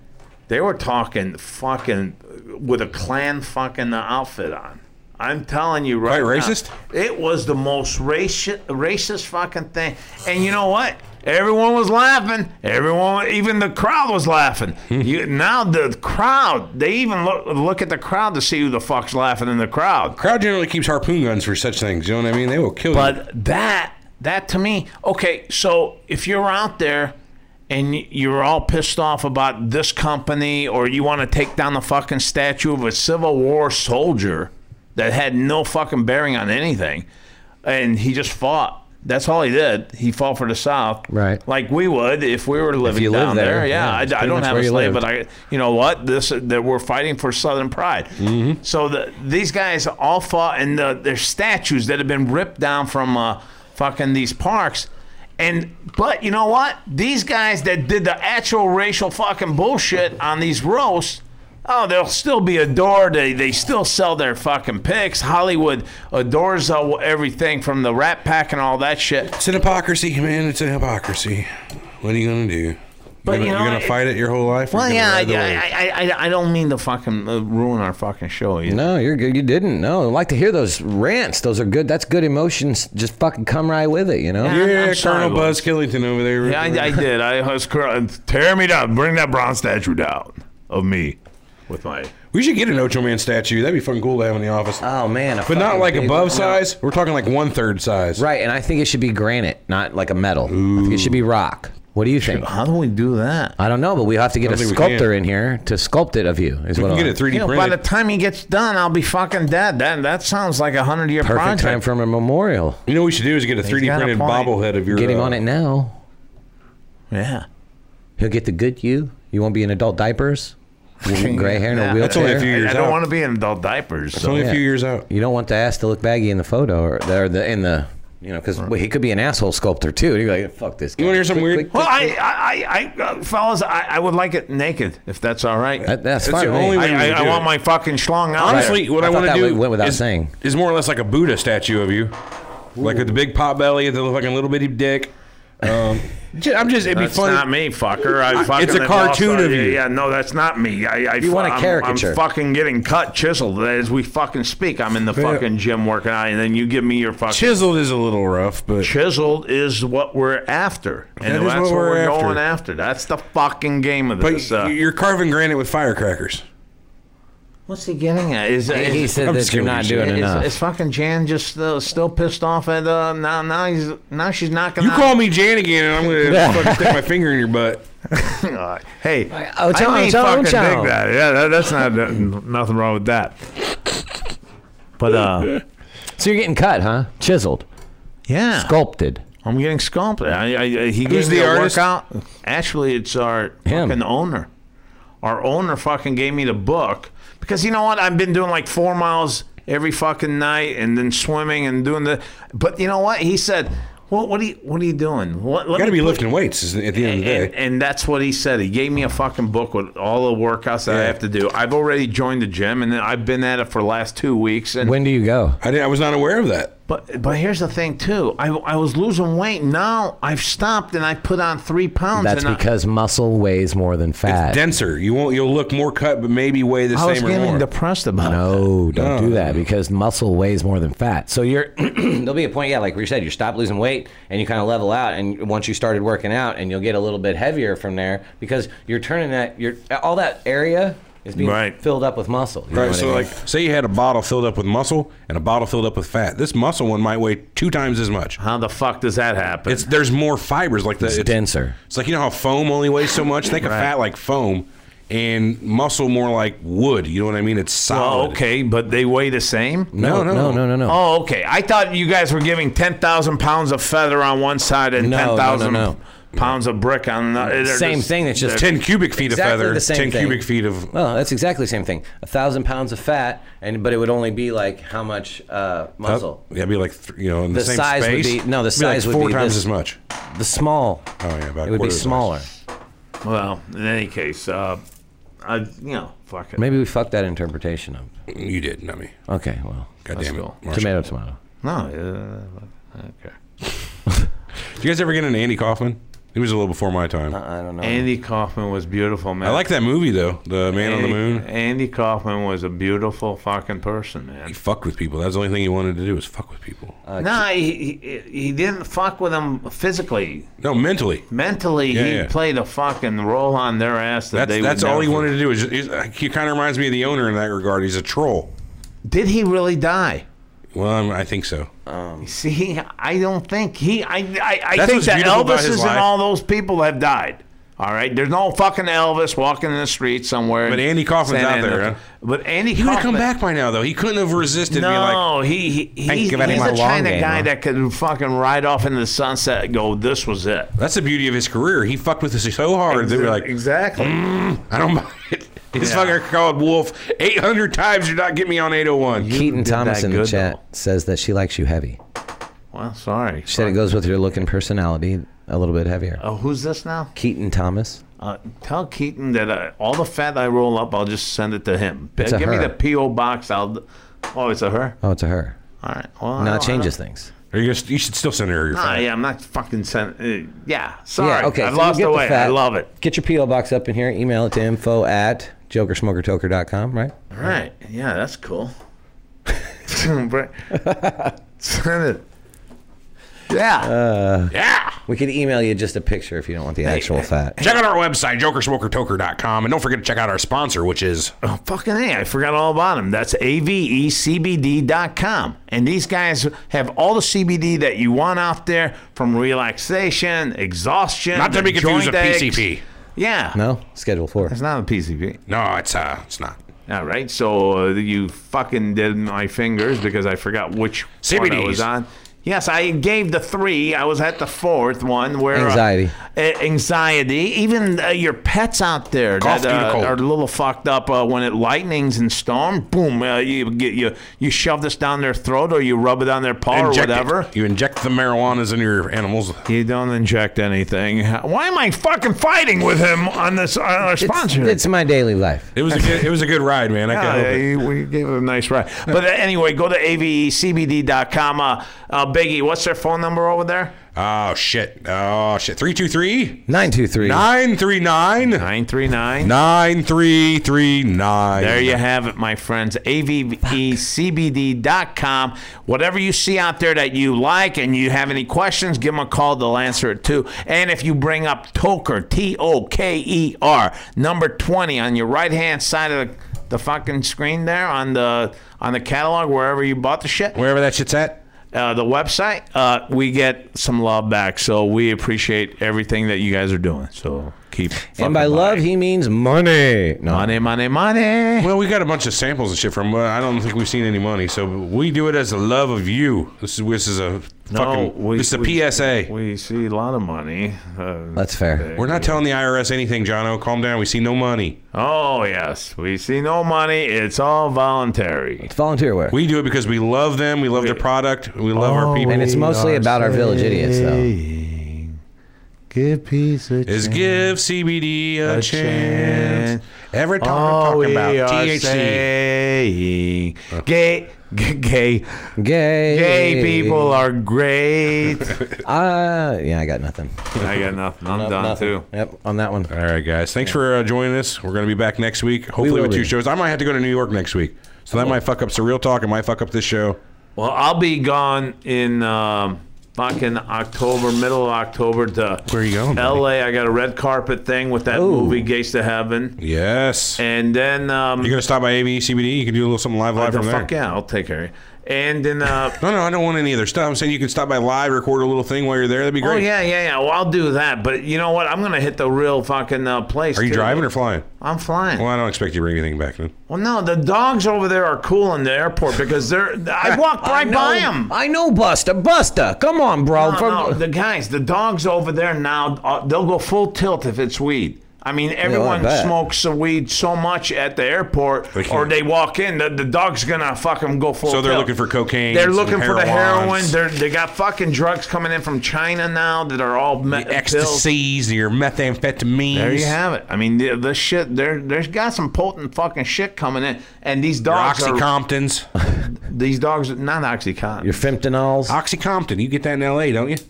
[SPEAKER 1] they were talking fucking with a clan fucking outfit on. I'm telling you right,
[SPEAKER 3] Right,
[SPEAKER 1] now,
[SPEAKER 3] racist?
[SPEAKER 1] It was the most racist, racist fucking thing. And you know what? Everyone was laughing. Everyone, even the crowd was laughing. you, now the crowd, they even look look at the crowd to see who the fuck's laughing in the crowd.
[SPEAKER 3] Crowd generally keeps harpoon guns for such things. You know what I mean? They will kill you.
[SPEAKER 1] But that, that to me, okay. So if you're out there and you're all pissed off about this company, or you want to take down the fucking statue of a Civil War soldier that had no fucking bearing on anything, and he just fought. That's all he did. He fought for the South,
[SPEAKER 2] Right.
[SPEAKER 1] Like we would if we were living
[SPEAKER 2] you
[SPEAKER 1] down
[SPEAKER 2] live
[SPEAKER 1] there.
[SPEAKER 2] there, yeah,
[SPEAKER 1] Yeah,
[SPEAKER 2] that's
[SPEAKER 1] I, I
[SPEAKER 2] pretty
[SPEAKER 1] don't
[SPEAKER 2] much
[SPEAKER 1] have
[SPEAKER 2] where
[SPEAKER 1] a
[SPEAKER 2] you
[SPEAKER 1] slave,
[SPEAKER 2] live.
[SPEAKER 1] but I, you know what? This that we're fighting for Southern pride.
[SPEAKER 2] Mm-hmm.
[SPEAKER 1] So the, these guys all fought, and the, their statues that have been ripped down from uh, fucking these parks. And but you know what? These guys that did the actual racial fucking bullshit on these roasts. Oh, they'll still be adored. They, they still sell their fucking picks. Hollywood adores uh, everything from the Rat Pack and all that shit.
[SPEAKER 3] It's an hypocrisy, man. It's an hypocrisy. What are you gonna do? You're
[SPEAKER 1] But,
[SPEAKER 3] gonna,
[SPEAKER 1] you know,
[SPEAKER 3] you're gonna
[SPEAKER 1] it-
[SPEAKER 3] fight it your whole life. or
[SPEAKER 1] Well,
[SPEAKER 3] you're
[SPEAKER 1] yeah,
[SPEAKER 3] gonna
[SPEAKER 1] I,
[SPEAKER 3] ride the wave?
[SPEAKER 1] I, I, I, I don't mean to fucking uh, ruin our fucking show. You
[SPEAKER 2] No, you're good. You didn't. No, I like to hear those rants. Those are good. That's good emotions. Just fucking come right with it, you know?
[SPEAKER 1] Yeah. I'm-
[SPEAKER 3] Yeah,
[SPEAKER 1] I'm sorry,
[SPEAKER 3] Colonel Buzz
[SPEAKER 1] Lawrence.
[SPEAKER 3] Killington over there.
[SPEAKER 1] Yeah, I, I did. I was cr- tear me down. Bring that bronze statue down of me with my.
[SPEAKER 3] we should get an Ocho Man statue. That'd be fucking cool to have in the office.
[SPEAKER 1] Uh,
[SPEAKER 2] Oh, man.
[SPEAKER 3] but not like above size. We're talking like one third size.
[SPEAKER 2] Right, and I think it should be granite, not like a metal. I think it should be rock. What do you think?
[SPEAKER 1] How do we do that?
[SPEAKER 2] I don't know, but we have to get
[SPEAKER 3] I
[SPEAKER 2] a
[SPEAKER 3] don't think we
[SPEAKER 2] sculptor
[SPEAKER 3] can.
[SPEAKER 2] in here to sculpt it of you. Is
[SPEAKER 3] We
[SPEAKER 2] what
[SPEAKER 3] can
[SPEAKER 2] I
[SPEAKER 3] get it 3D
[SPEAKER 1] uh, You know, by the
[SPEAKER 3] printed.
[SPEAKER 1] time he gets done, I'll be fucking dead. That that sounds like a hundred year
[SPEAKER 2] perfect
[SPEAKER 1] project.
[SPEAKER 2] time for a memorial.
[SPEAKER 3] you know what we should do is get a 3D
[SPEAKER 1] got a
[SPEAKER 3] printed
[SPEAKER 1] point.
[SPEAKER 3] bobblehead of your.
[SPEAKER 2] Get him
[SPEAKER 3] uh,
[SPEAKER 2] on it now.
[SPEAKER 1] yeah.
[SPEAKER 2] He'll get the good you. You won't be in adult diapers, gray hair, no
[SPEAKER 1] Yeah.
[SPEAKER 2] wheelchair.
[SPEAKER 3] That's only a few
[SPEAKER 1] I,
[SPEAKER 3] years
[SPEAKER 1] I don't
[SPEAKER 3] out.
[SPEAKER 1] want to be in adult diapers.
[SPEAKER 3] It's only
[SPEAKER 1] So.
[SPEAKER 3] a few years out.
[SPEAKER 2] You don't want the ass to look baggy in the photo or the, or the in the you know because he could be an asshole sculptor too. You're like fuck this. Guy.
[SPEAKER 3] You wanna hear something
[SPEAKER 2] Quick,
[SPEAKER 3] weird?
[SPEAKER 2] quick,
[SPEAKER 1] Well,
[SPEAKER 2] quick.
[SPEAKER 1] I, I, I, I uh, fellas, I, I would like it naked if that's all right.
[SPEAKER 2] That- that's
[SPEAKER 3] That's
[SPEAKER 2] fine.
[SPEAKER 3] the
[SPEAKER 2] with me.
[SPEAKER 3] only way-
[SPEAKER 1] I,
[SPEAKER 3] we
[SPEAKER 1] I, I
[SPEAKER 3] do
[SPEAKER 1] want
[SPEAKER 3] it.
[SPEAKER 1] my fucking schlong out.
[SPEAKER 3] Honestly, what
[SPEAKER 2] I
[SPEAKER 3] I,
[SPEAKER 2] thought
[SPEAKER 3] want to
[SPEAKER 2] that
[SPEAKER 3] do
[SPEAKER 2] went without
[SPEAKER 3] is,
[SPEAKER 2] saying.
[SPEAKER 3] is more or less like a Buddha statue of you, like with the big pot belly and the fucking little bitty dick. Um, ju- I'm just it'd
[SPEAKER 1] That's
[SPEAKER 3] be fun.
[SPEAKER 1] not me, fucker. I fucking
[SPEAKER 3] it's a
[SPEAKER 1] lost-
[SPEAKER 3] cartoon of
[SPEAKER 1] yeah,
[SPEAKER 3] you.
[SPEAKER 1] Yeah, no, that's not me. I, I
[SPEAKER 2] You want a
[SPEAKER 1] I'm-
[SPEAKER 2] caricature.
[SPEAKER 1] I'm fucking getting cut, chiseled as we fucking speak. I'm in the fucking gym working out, and then you give me your fucking
[SPEAKER 3] Chiseled is a little rough, but
[SPEAKER 1] chiseled is what we're after, and
[SPEAKER 3] That is
[SPEAKER 1] that's
[SPEAKER 3] what
[SPEAKER 1] what,
[SPEAKER 3] we're
[SPEAKER 1] we're,
[SPEAKER 3] after.
[SPEAKER 1] going after. That's the fucking game of
[SPEAKER 3] but
[SPEAKER 1] this. uh,
[SPEAKER 3] you're carving granite with firecrackers.
[SPEAKER 1] what's he getting at? Is,
[SPEAKER 2] He-
[SPEAKER 1] is,
[SPEAKER 2] he said
[SPEAKER 3] I'm
[SPEAKER 2] that
[SPEAKER 3] just
[SPEAKER 2] you're
[SPEAKER 3] gonna
[SPEAKER 2] not
[SPEAKER 3] be
[SPEAKER 2] doing
[SPEAKER 3] shit.
[SPEAKER 1] is-
[SPEAKER 2] enough.
[SPEAKER 1] is fucking Jan just uh, still pissed off at uh, now? Now he's now she's knocking.
[SPEAKER 3] You
[SPEAKER 1] out-
[SPEAKER 3] call me Jan again, and I'm gonna fucking stick my finger in your butt.
[SPEAKER 1] Uh, hey,
[SPEAKER 2] oh, chow,
[SPEAKER 1] I may
[SPEAKER 2] chow,
[SPEAKER 1] fucking
[SPEAKER 2] chow.
[SPEAKER 1] dig that. Yeah, that, that's not nothing, nothing wrong with that. But uh,
[SPEAKER 2] So you're getting cut, huh? Chiseled,
[SPEAKER 1] yeah,
[SPEAKER 2] sculpted.
[SPEAKER 1] I'm getting sculpted. I, I, I, he
[SPEAKER 3] Who's
[SPEAKER 1] gave me
[SPEAKER 3] the
[SPEAKER 1] a
[SPEAKER 3] artist?
[SPEAKER 1] workout. Actually, it's our
[SPEAKER 2] Him.
[SPEAKER 1] fucking owner. Our owner fucking gave me the book because you know what? I've been doing like four miles every fucking night and then swimming and doing the. But you know what? He said, "What? What are you? What are you doing? What? Let
[SPEAKER 3] Got to
[SPEAKER 1] me
[SPEAKER 3] be
[SPEAKER 1] put-
[SPEAKER 3] lifting weights is- at the end of the
[SPEAKER 1] and,
[SPEAKER 3] day.
[SPEAKER 1] and that's what he said. He gave me a fucking book with all the workouts that I
[SPEAKER 3] Yeah.
[SPEAKER 1] have to do. I've already joined the gym, and then I've been at it for the last two weeks. And
[SPEAKER 2] When do you go?
[SPEAKER 3] I, didn't, I was not aware of that.
[SPEAKER 1] but but here's the thing too. I, I was losing weight. Now I've stopped and I put on three pounds.
[SPEAKER 2] That's
[SPEAKER 1] and
[SPEAKER 2] because muscle weighs more than fat.
[SPEAKER 3] Denser. You won't. You'll look more cut, but maybe weigh the
[SPEAKER 1] I, I was
[SPEAKER 3] same or
[SPEAKER 1] getting
[SPEAKER 3] more.
[SPEAKER 1] depressed about it.
[SPEAKER 2] No, don't
[SPEAKER 3] No.
[SPEAKER 2] do that because muscle weighs more than fat. So you're there'll be a point, yeah, like we said, you stop losing weight and you kind of level out. And once you started working out, and you'll get a little bit heavier from there because you're turning that your all that area is being
[SPEAKER 1] Right.
[SPEAKER 2] filled up with muscle. You know
[SPEAKER 3] Right,
[SPEAKER 2] what I
[SPEAKER 3] so
[SPEAKER 2] mean?
[SPEAKER 3] like, say you had a bottle filled up with muscle and a bottle filled up with fat. This muscle one might weigh two times as much.
[SPEAKER 1] How the fuck does that happen?
[SPEAKER 3] It's there's more fibers like the
[SPEAKER 2] it's denser.
[SPEAKER 3] It's like you know how foam only weighs so much. Think of
[SPEAKER 1] Right.
[SPEAKER 3] fat like foam, and muscle more like wood. You know what I mean? It's solid.
[SPEAKER 1] oh, okay, but they weigh the same.
[SPEAKER 3] No, no,
[SPEAKER 2] no, no, no, no.
[SPEAKER 1] Oh, okay. I thought you guys were giving ten thousand pounds of feather on one side and
[SPEAKER 2] No, no, no,
[SPEAKER 1] ten thousand
[SPEAKER 2] no.
[SPEAKER 1] pounds of brick on the they're
[SPEAKER 2] Same
[SPEAKER 1] just-
[SPEAKER 2] thing. It's just
[SPEAKER 3] Ten cubic feet
[SPEAKER 2] Exactly
[SPEAKER 3] of feather.
[SPEAKER 2] the same
[SPEAKER 3] ten
[SPEAKER 2] thing.
[SPEAKER 3] cubic feet of. uh,
[SPEAKER 2] Well, that's exactly the same thing. A thousand pounds of fat, and but it would only be like how much uh, muscle.
[SPEAKER 3] yeah, it'd be like th- you know in the,
[SPEAKER 2] The
[SPEAKER 3] same
[SPEAKER 2] size would
[SPEAKER 3] space.
[SPEAKER 2] be- no, the
[SPEAKER 3] it'd be like
[SPEAKER 2] size would
[SPEAKER 3] four
[SPEAKER 2] be
[SPEAKER 3] times
[SPEAKER 2] this-
[SPEAKER 3] as much.
[SPEAKER 2] The small.
[SPEAKER 3] Oh yeah, about
[SPEAKER 2] it would
[SPEAKER 3] quarter
[SPEAKER 2] be
[SPEAKER 3] the size.
[SPEAKER 2] smaller.
[SPEAKER 1] Well, in any case, uh, I you know, fuck it.
[SPEAKER 2] Maybe we fucked that interpretation up.
[SPEAKER 3] You did, not me.
[SPEAKER 2] Okay, well,
[SPEAKER 3] God damn it,
[SPEAKER 1] go.
[SPEAKER 3] Marshall.
[SPEAKER 2] tomato, tomato.
[SPEAKER 1] No, uh, okay.
[SPEAKER 3] Did you guys ever get into Andy Kaufman? He was a little before my time.
[SPEAKER 2] I don't know.
[SPEAKER 1] Andy Kaufman was beautiful, man.
[SPEAKER 3] Um, I like that movie though, The Man on the Moon.
[SPEAKER 1] Andy Kaufman was a beautiful fucking person,
[SPEAKER 3] He
[SPEAKER 1] man.
[SPEAKER 3] fucked with people. That's the only thing he wanted to do was fuck with people.
[SPEAKER 2] Uh,
[SPEAKER 1] No, he, he he didn't fuck with them physically.
[SPEAKER 3] no, mentally.
[SPEAKER 1] Mentally,
[SPEAKER 3] Yeah,
[SPEAKER 1] he
[SPEAKER 3] yeah.
[SPEAKER 1] played a fucking role on their ass that
[SPEAKER 3] That's
[SPEAKER 1] they.
[SPEAKER 3] that's
[SPEAKER 1] would
[SPEAKER 3] all
[SPEAKER 1] never
[SPEAKER 3] he
[SPEAKER 1] forget.
[SPEAKER 3] wanted to do. Is he's, he kind of reminds me of the owner in that regard. He's a troll.
[SPEAKER 1] Did he really die?
[SPEAKER 3] Well, I'm, I think so.
[SPEAKER 1] See, I don't think he. I I, I
[SPEAKER 3] That's
[SPEAKER 1] think
[SPEAKER 3] what's
[SPEAKER 1] that
[SPEAKER 3] beautiful about his
[SPEAKER 1] Elvises and
[SPEAKER 3] life.
[SPEAKER 1] all those people have died. All right, there's no fucking Elvis walking in the street somewhere.
[SPEAKER 3] But
[SPEAKER 1] in
[SPEAKER 3] Andy Kaufman's
[SPEAKER 1] Santa
[SPEAKER 3] out there,
[SPEAKER 1] Ana.
[SPEAKER 3] huh?
[SPEAKER 1] But Andy
[SPEAKER 3] He would have
[SPEAKER 1] Kaufman
[SPEAKER 3] come back by now, though. He couldn't have resisted being like,
[SPEAKER 1] No, he, he,
[SPEAKER 3] ain't
[SPEAKER 1] he's, he's
[SPEAKER 3] giving him a
[SPEAKER 1] the
[SPEAKER 3] long
[SPEAKER 1] kind of
[SPEAKER 3] game,
[SPEAKER 1] guy
[SPEAKER 3] huh?
[SPEAKER 1] that could fucking ride off into the sunset and go, this was it.
[SPEAKER 3] that's the beauty of his career. He fucked with us so hard that we're like,
[SPEAKER 1] exactly.
[SPEAKER 3] I don't buy it. This fucker called Wolf 800 times. You're not getting me on 801.
[SPEAKER 2] Keaton
[SPEAKER 1] did
[SPEAKER 2] Thomas
[SPEAKER 1] that
[SPEAKER 2] in the
[SPEAKER 1] good,
[SPEAKER 2] chat says that she likes you heavy.
[SPEAKER 1] Well, sorry.
[SPEAKER 2] She said it goes with your look and personality a little bit heavier.
[SPEAKER 1] Oh, who's this now?
[SPEAKER 2] Keaton Thomas.
[SPEAKER 1] Uh, tell Keaton that uh, all the fat I roll up, I'll just send it to him.
[SPEAKER 2] It's a
[SPEAKER 1] Give me
[SPEAKER 2] her.
[SPEAKER 1] the PO box. I'll. Oh, it's a her.
[SPEAKER 2] Oh, it's a her.
[SPEAKER 1] All right. Well, I
[SPEAKER 2] No,
[SPEAKER 1] don't-
[SPEAKER 2] it
[SPEAKER 1] I
[SPEAKER 2] changes things.
[SPEAKER 3] Are you, gonna, you should still send her your
[SPEAKER 1] don't- Ah,
[SPEAKER 3] phone.
[SPEAKER 1] yeah, I'm not fucking sending. Uh, yeah, sorry.
[SPEAKER 2] Yeah, okay.
[SPEAKER 1] I
[SPEAKER 2] so you
[SPEAKER 1] lost
[SPEAKER 2] get
[SPEAKER 1] the
[SPEAKER 2] the
[SPEAKER 1] way. I
[SPEAKER 2] fat.
[SPEAKER 1] love it.
[SPEAKER 2] Get your PO box up in here. Email it to info at jokersmokertoker.com, right?
[SPEAKER 1] All right. Yeah, that's cool. Bri- Send it. Yeah.
[SPEAKER 3] Yeah.
[SPEAKER 2] We could email you just a picture if you don't want the actual fat.
[SPEAKER 3] Check out our website, jokersmokertoker.com. And don't forget to check out our sponsor, which is
[SPEAKER 1] oh, fucking A. I forgot all about them. That's E avecbd.com. And these guys have all the CBD that you want out there from relaxation, exhaustion.
[SPEAKER 3] not to be confused
[SPEAKER 1] joint
[SPEAKER 3] with
[SPEAKER 1] aches.
[SPEAKER 3] PCP.
[SPEAKER 1] Yeah.
[SPEAKER 2] No? Schedule four.
[SPEAKER 1] It's not a PCP.
[SPEAKER 3] No, it's uh, it's not.
[SPEAKER 1] All right. So uh, you fucking did my fingers because I forgot which one I was
[SPEAKER 3] CBDs.
[SPEAKER 1] on. Yes, I gave the three. I was at the fourth one where uh,
[SPEAKER 2] Anxiety.
[SPEAKER 1] a- anxiety. Even uh, your pets out there
[SPEAKER 3] Cough
[SPEAKER 1] that
[SPEAKER 3] due to
[SPEAKER 1] uh,
[SPEAKER 3] cold.
[SPEAKER 1] are a little fucked up uh, when it lightnings and storm. Boom! Uh, you get you you shove this down their throat or you rub it on their paw
[SPEAKER 3] Inject it.
[SPEAKER 1] or whatever.
[SPEAKER 3] You inject the marijuanas in your animals.
[SPEAKER 1] You don't inject anything. Why am I fucking fighting with him on this on our
[SPEAKER 2] It's,
[SPEAKER 1] sponsor?
[SPEAKER 2] it's my daily life.
[SPEAKER 3] It was a good, it was a good ride, man. I can't
[SPEAKER 1] Yeah,
[SPEAKER 3] help it.
[SPEAKER 1] you- Ah, we gave it a nice ride. But uh, anyway, go to E avecbd.com. Uh, uh, Biggie, what's their phone number over there?
[SPEAKER 3] Oh shit. Oh shit. 323
[SPEAKER 2] 923.
[SPEAKER 3] 939
[SPEAKER 1] 939.
[SPEAKER 3] 9339.
[SPEAKER 1] There you have it, my friends. E avecbd.com. Whatever you see out there that you like and you have any questions, give them a call. They'll answer it too. And if you bring up Toker, T O K E R, number 20 on your right hand side of the, the fucking screen there on the on the catalog, wherever you bought the shit.
[SPEAKER 3] Wherever that shit's at.
[SPEAKER 1] uh, the website, uh, we get some love back. So we appreciate everything that you guys are doing. So keep. fucking
[SPEAKER 2] And by love,
[SPEAKER 1] buying.
[SPEAKER 2] he means money. No.
[SPEAKER 1] money, money, money.
[SPEAKER 3] Well, we got a bunch of samples and shit from. Uh, I don't think we've seen any money, so we do it as a love of you. This is this is a fucking.
[SPEAKER 1] we-
[SPEAKER 3] this is a
[SPEAKER 1] we-
[SPEAKER 3] PSA.
[SPEAKER 1] We see a lot of money. Uh,
[SPEAKER 2] That's fair.
[SPEAKER 3] We're not telling the IRS anything, Jono. Calm down. We see no money.
[SPEAKER 1] oh yes, we see no money. It's all voluntary.
[SPEAKER 2] It's volunteer work.
[SPEAKER 3] We do it because we love them. We love their product. We love
[SPEAKER 1] Oh,
[SPEAKER 3] our people.
[SPEAKER 2] and it's mostly about our village idiots, though.
[SPEAKER 1] Give peace a
[SPEAKER 3] Is give CBD a, chance.
[SPEAKER 1] chance.
[SPEAKER 3] Every time
[SPEAKER 1] Oh,
[SPEAKER 3] we're
[SPEAKER 1] we
[SPEAKER 3] talking about
[SPEAKER 1] are
[SPEAKER 3] THC.
[SPEAKER 1] saying gay, g- gay,
[SPEAKER 2] Gay.
[SPEAKER 1] gay people are great.
[SPEAKER 2] Uh, yeah, I got nothing.
[SPEAKER 1] I got nothing. I'm done
[SPEAKER 2] Nothing.
[SPEAKER 1] too.
[SPEAKER 2] Yep, on that one.
[SPEAKER 3] All right, guys. Thanks for uh, joining us. We're going to be back next week, hopefully
[SPEAKER 2] will
[SPEAKER 3] with two
[SPEAKER 2] be.
[SPEAKER 3] shows. I might have to go to New York next week, so that might fuck up Surreal Talk. It might fuck up this show.
[SPEAKER 1] Well, I'll be gone in um, fucking October, middle of October to
[SPEAKER 3] Where are you going, buddy?
[SPEAKER 1] L.A. I got a red carpet thing with that movie Gates to Heaven,
[SPEAKER 3] Yes.
[SPEAKER 1] and then um,
[SPEAKER 3] You're gonna stop by AVE CBD. You can do a little something live, live
[SPEAKER 1] the
[SPEAKER 3] from there.
[SPEAKER 1] fuck yeah, I'll take care. of you. And then uh,
[SPEAKER 3] No, no, I don't want any other stuff. I'm saying you can stop by live, record a little thing while you're there. That'd be
[SPEAKER 1] oh
[SPEAKER 3] great.
[SPEAKER 1] yeah, yeah, yeah. Well, I'll do that. But you know what? I'm gonna hit the real fucking uh, place.
[SPEAKER 3] Are you
[SPEAKER 1] too.
[SPEAKER 3] driving or flying?
[SPEAKER 1] I'm flying.
[SPEAKER 3] Well, I don't expect you to bring anything back then.
[SPEAKER 1] Well, no, the dogs over there are cool in the airport because they're. I walked right by them.
[SPEAKER 2] I know Buster. Buster, come on, bro.
[SPEAKER 1] No,
[SPEAKER 2] For-
[SPEAKER 1] no, the guys, the dogs over there now, uh, they'll go full tilt if it's weed. I mean, everyone
[SPEAKER 2] bet.
[SPEAKER 1] smokes the weed so much at the airport,
[SPEAKER 3] They can't.
[SPEAKER 1] or they walk in, the, the dog's gonna fucking go full.
[SPEAKER 3] So they're
[SPEAKER 1] tilt.
[SPEAKER 3] looking for cocaine.
[SPEAKER 1] They're
[SPEAKER 3] some
[SPEAKER 1] looking for the heroin.
[SPEAKER 3] heroines,
[SPEAKER 1] They're, they got fucking drugs coming in from China now that are all me-
[SPEAKER 3] the ecstasies, your methamphetamines.
[SPEAKER 1] There you have it. I mean, the, the shit. There, there's got some potent fucking shit coming in, and these
[SPEAKER 3] Your
[SPEAKER 1] dogs are
[SPEAKER 3] Oxycomptons.
[SPEAKER 1] these dogs not OxyContin.
[SPEAKER 2] Your fentanyls.
[SPEAKER 3] Oxycompton. You get that in LA, don't you? It's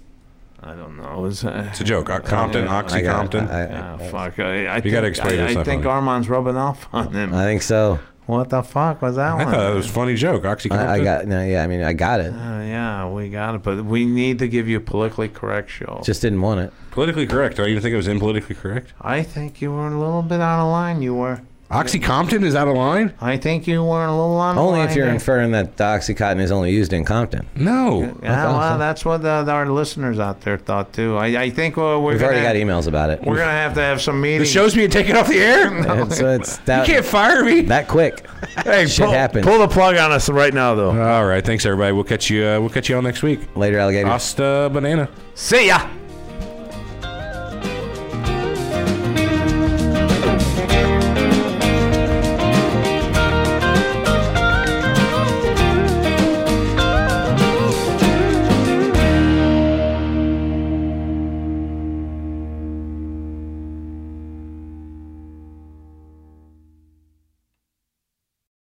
[SPEAKER 1] I don't know. uh, Is that,
[SPEAKER 3] a joke. Compton, Oxycompton.
[SPEAKER 2] I, I-
[SPEAKER 1] Ah, fuck. I, I you
[SPEAKER 3] gotta explain
[SPEAKER 1] I,
[SPEAKER 3] yourself
[SPEAKER 1] I
[SPEAKER 3] on
[SPEAKER 1] think
[SPEAKER 3] it.
[SPEAKER 1] Armand's rubbing off on him.
[SPEAKER 2] I think so.
[SPEAKER 1] What the fuck was that
[SPEAKER 3] I
[SPEAKER 1] one?
[SPEAKER 3] thought it was a funny joke. Oxycontin.
[SPEAKER 2] I, I got. No, yeah, I mean, I got it.
[SPEAKER 1] Uh, yeah, we got it, but we need to give you a politically correct show.
[SPEAKER 2] Just didn't want it.
[SPEAKER 3] politically correct. I didn't think it was in politically correct.
[SPEAKER 1] I think you were a little bit out of line. You were.
[SPEAKER 3] OxyCompton is out of line?
[SPEAKER 9] I think you were a little on. the
[SPEAKER 2] Only if
[SPEAKER 9] line
[SPEAKER 2] you're
[SPEAKER 9] there.
[SPEAKER 2] inferring that the OxyContin is only used in Compton.
[SPEAKER 3] No.
[SPEAKER 9] Yeah,
[SPEAKER 2] Okay,
[SPEAKER 9] well,
[SPEAKER 2] so-
[SPEAKER 9] that's what the, our listeners out there thought too. I, I think uh, we're
[SPEAKER 2] We've
[SPEAKER 9] gonna
[SPEAKER 2] already got
[SPEAKER 9] have,
[SPEAKER 2] emails about it.
[SPEAKER 9] we're gonna have to have some
[SPEAKER 3] The
[SPEAKER 9] meetings.
[SPEAKER 3] show's being taken off the air?
[SPEAKER 2] It's, it's that,
[SPEAKER 3] You can't fire me.
[SPEAKER 2] that quick.
[SPEAKER 9] hey,
[SPEAKER 2] shit
[SPEAKER 9] pull,
[SPEAKER 2] happens.
[SPEAKER 9] pull the plug on us right now, though.
[SPEAKER 3] All right, thanks everybody. We'll catch you. Uh, we'll catch you all next week.
[SPEAKER 2] Later, alligator.
[SPEAKER 3] Hasta banana.
[SPEAKER 9] See ya.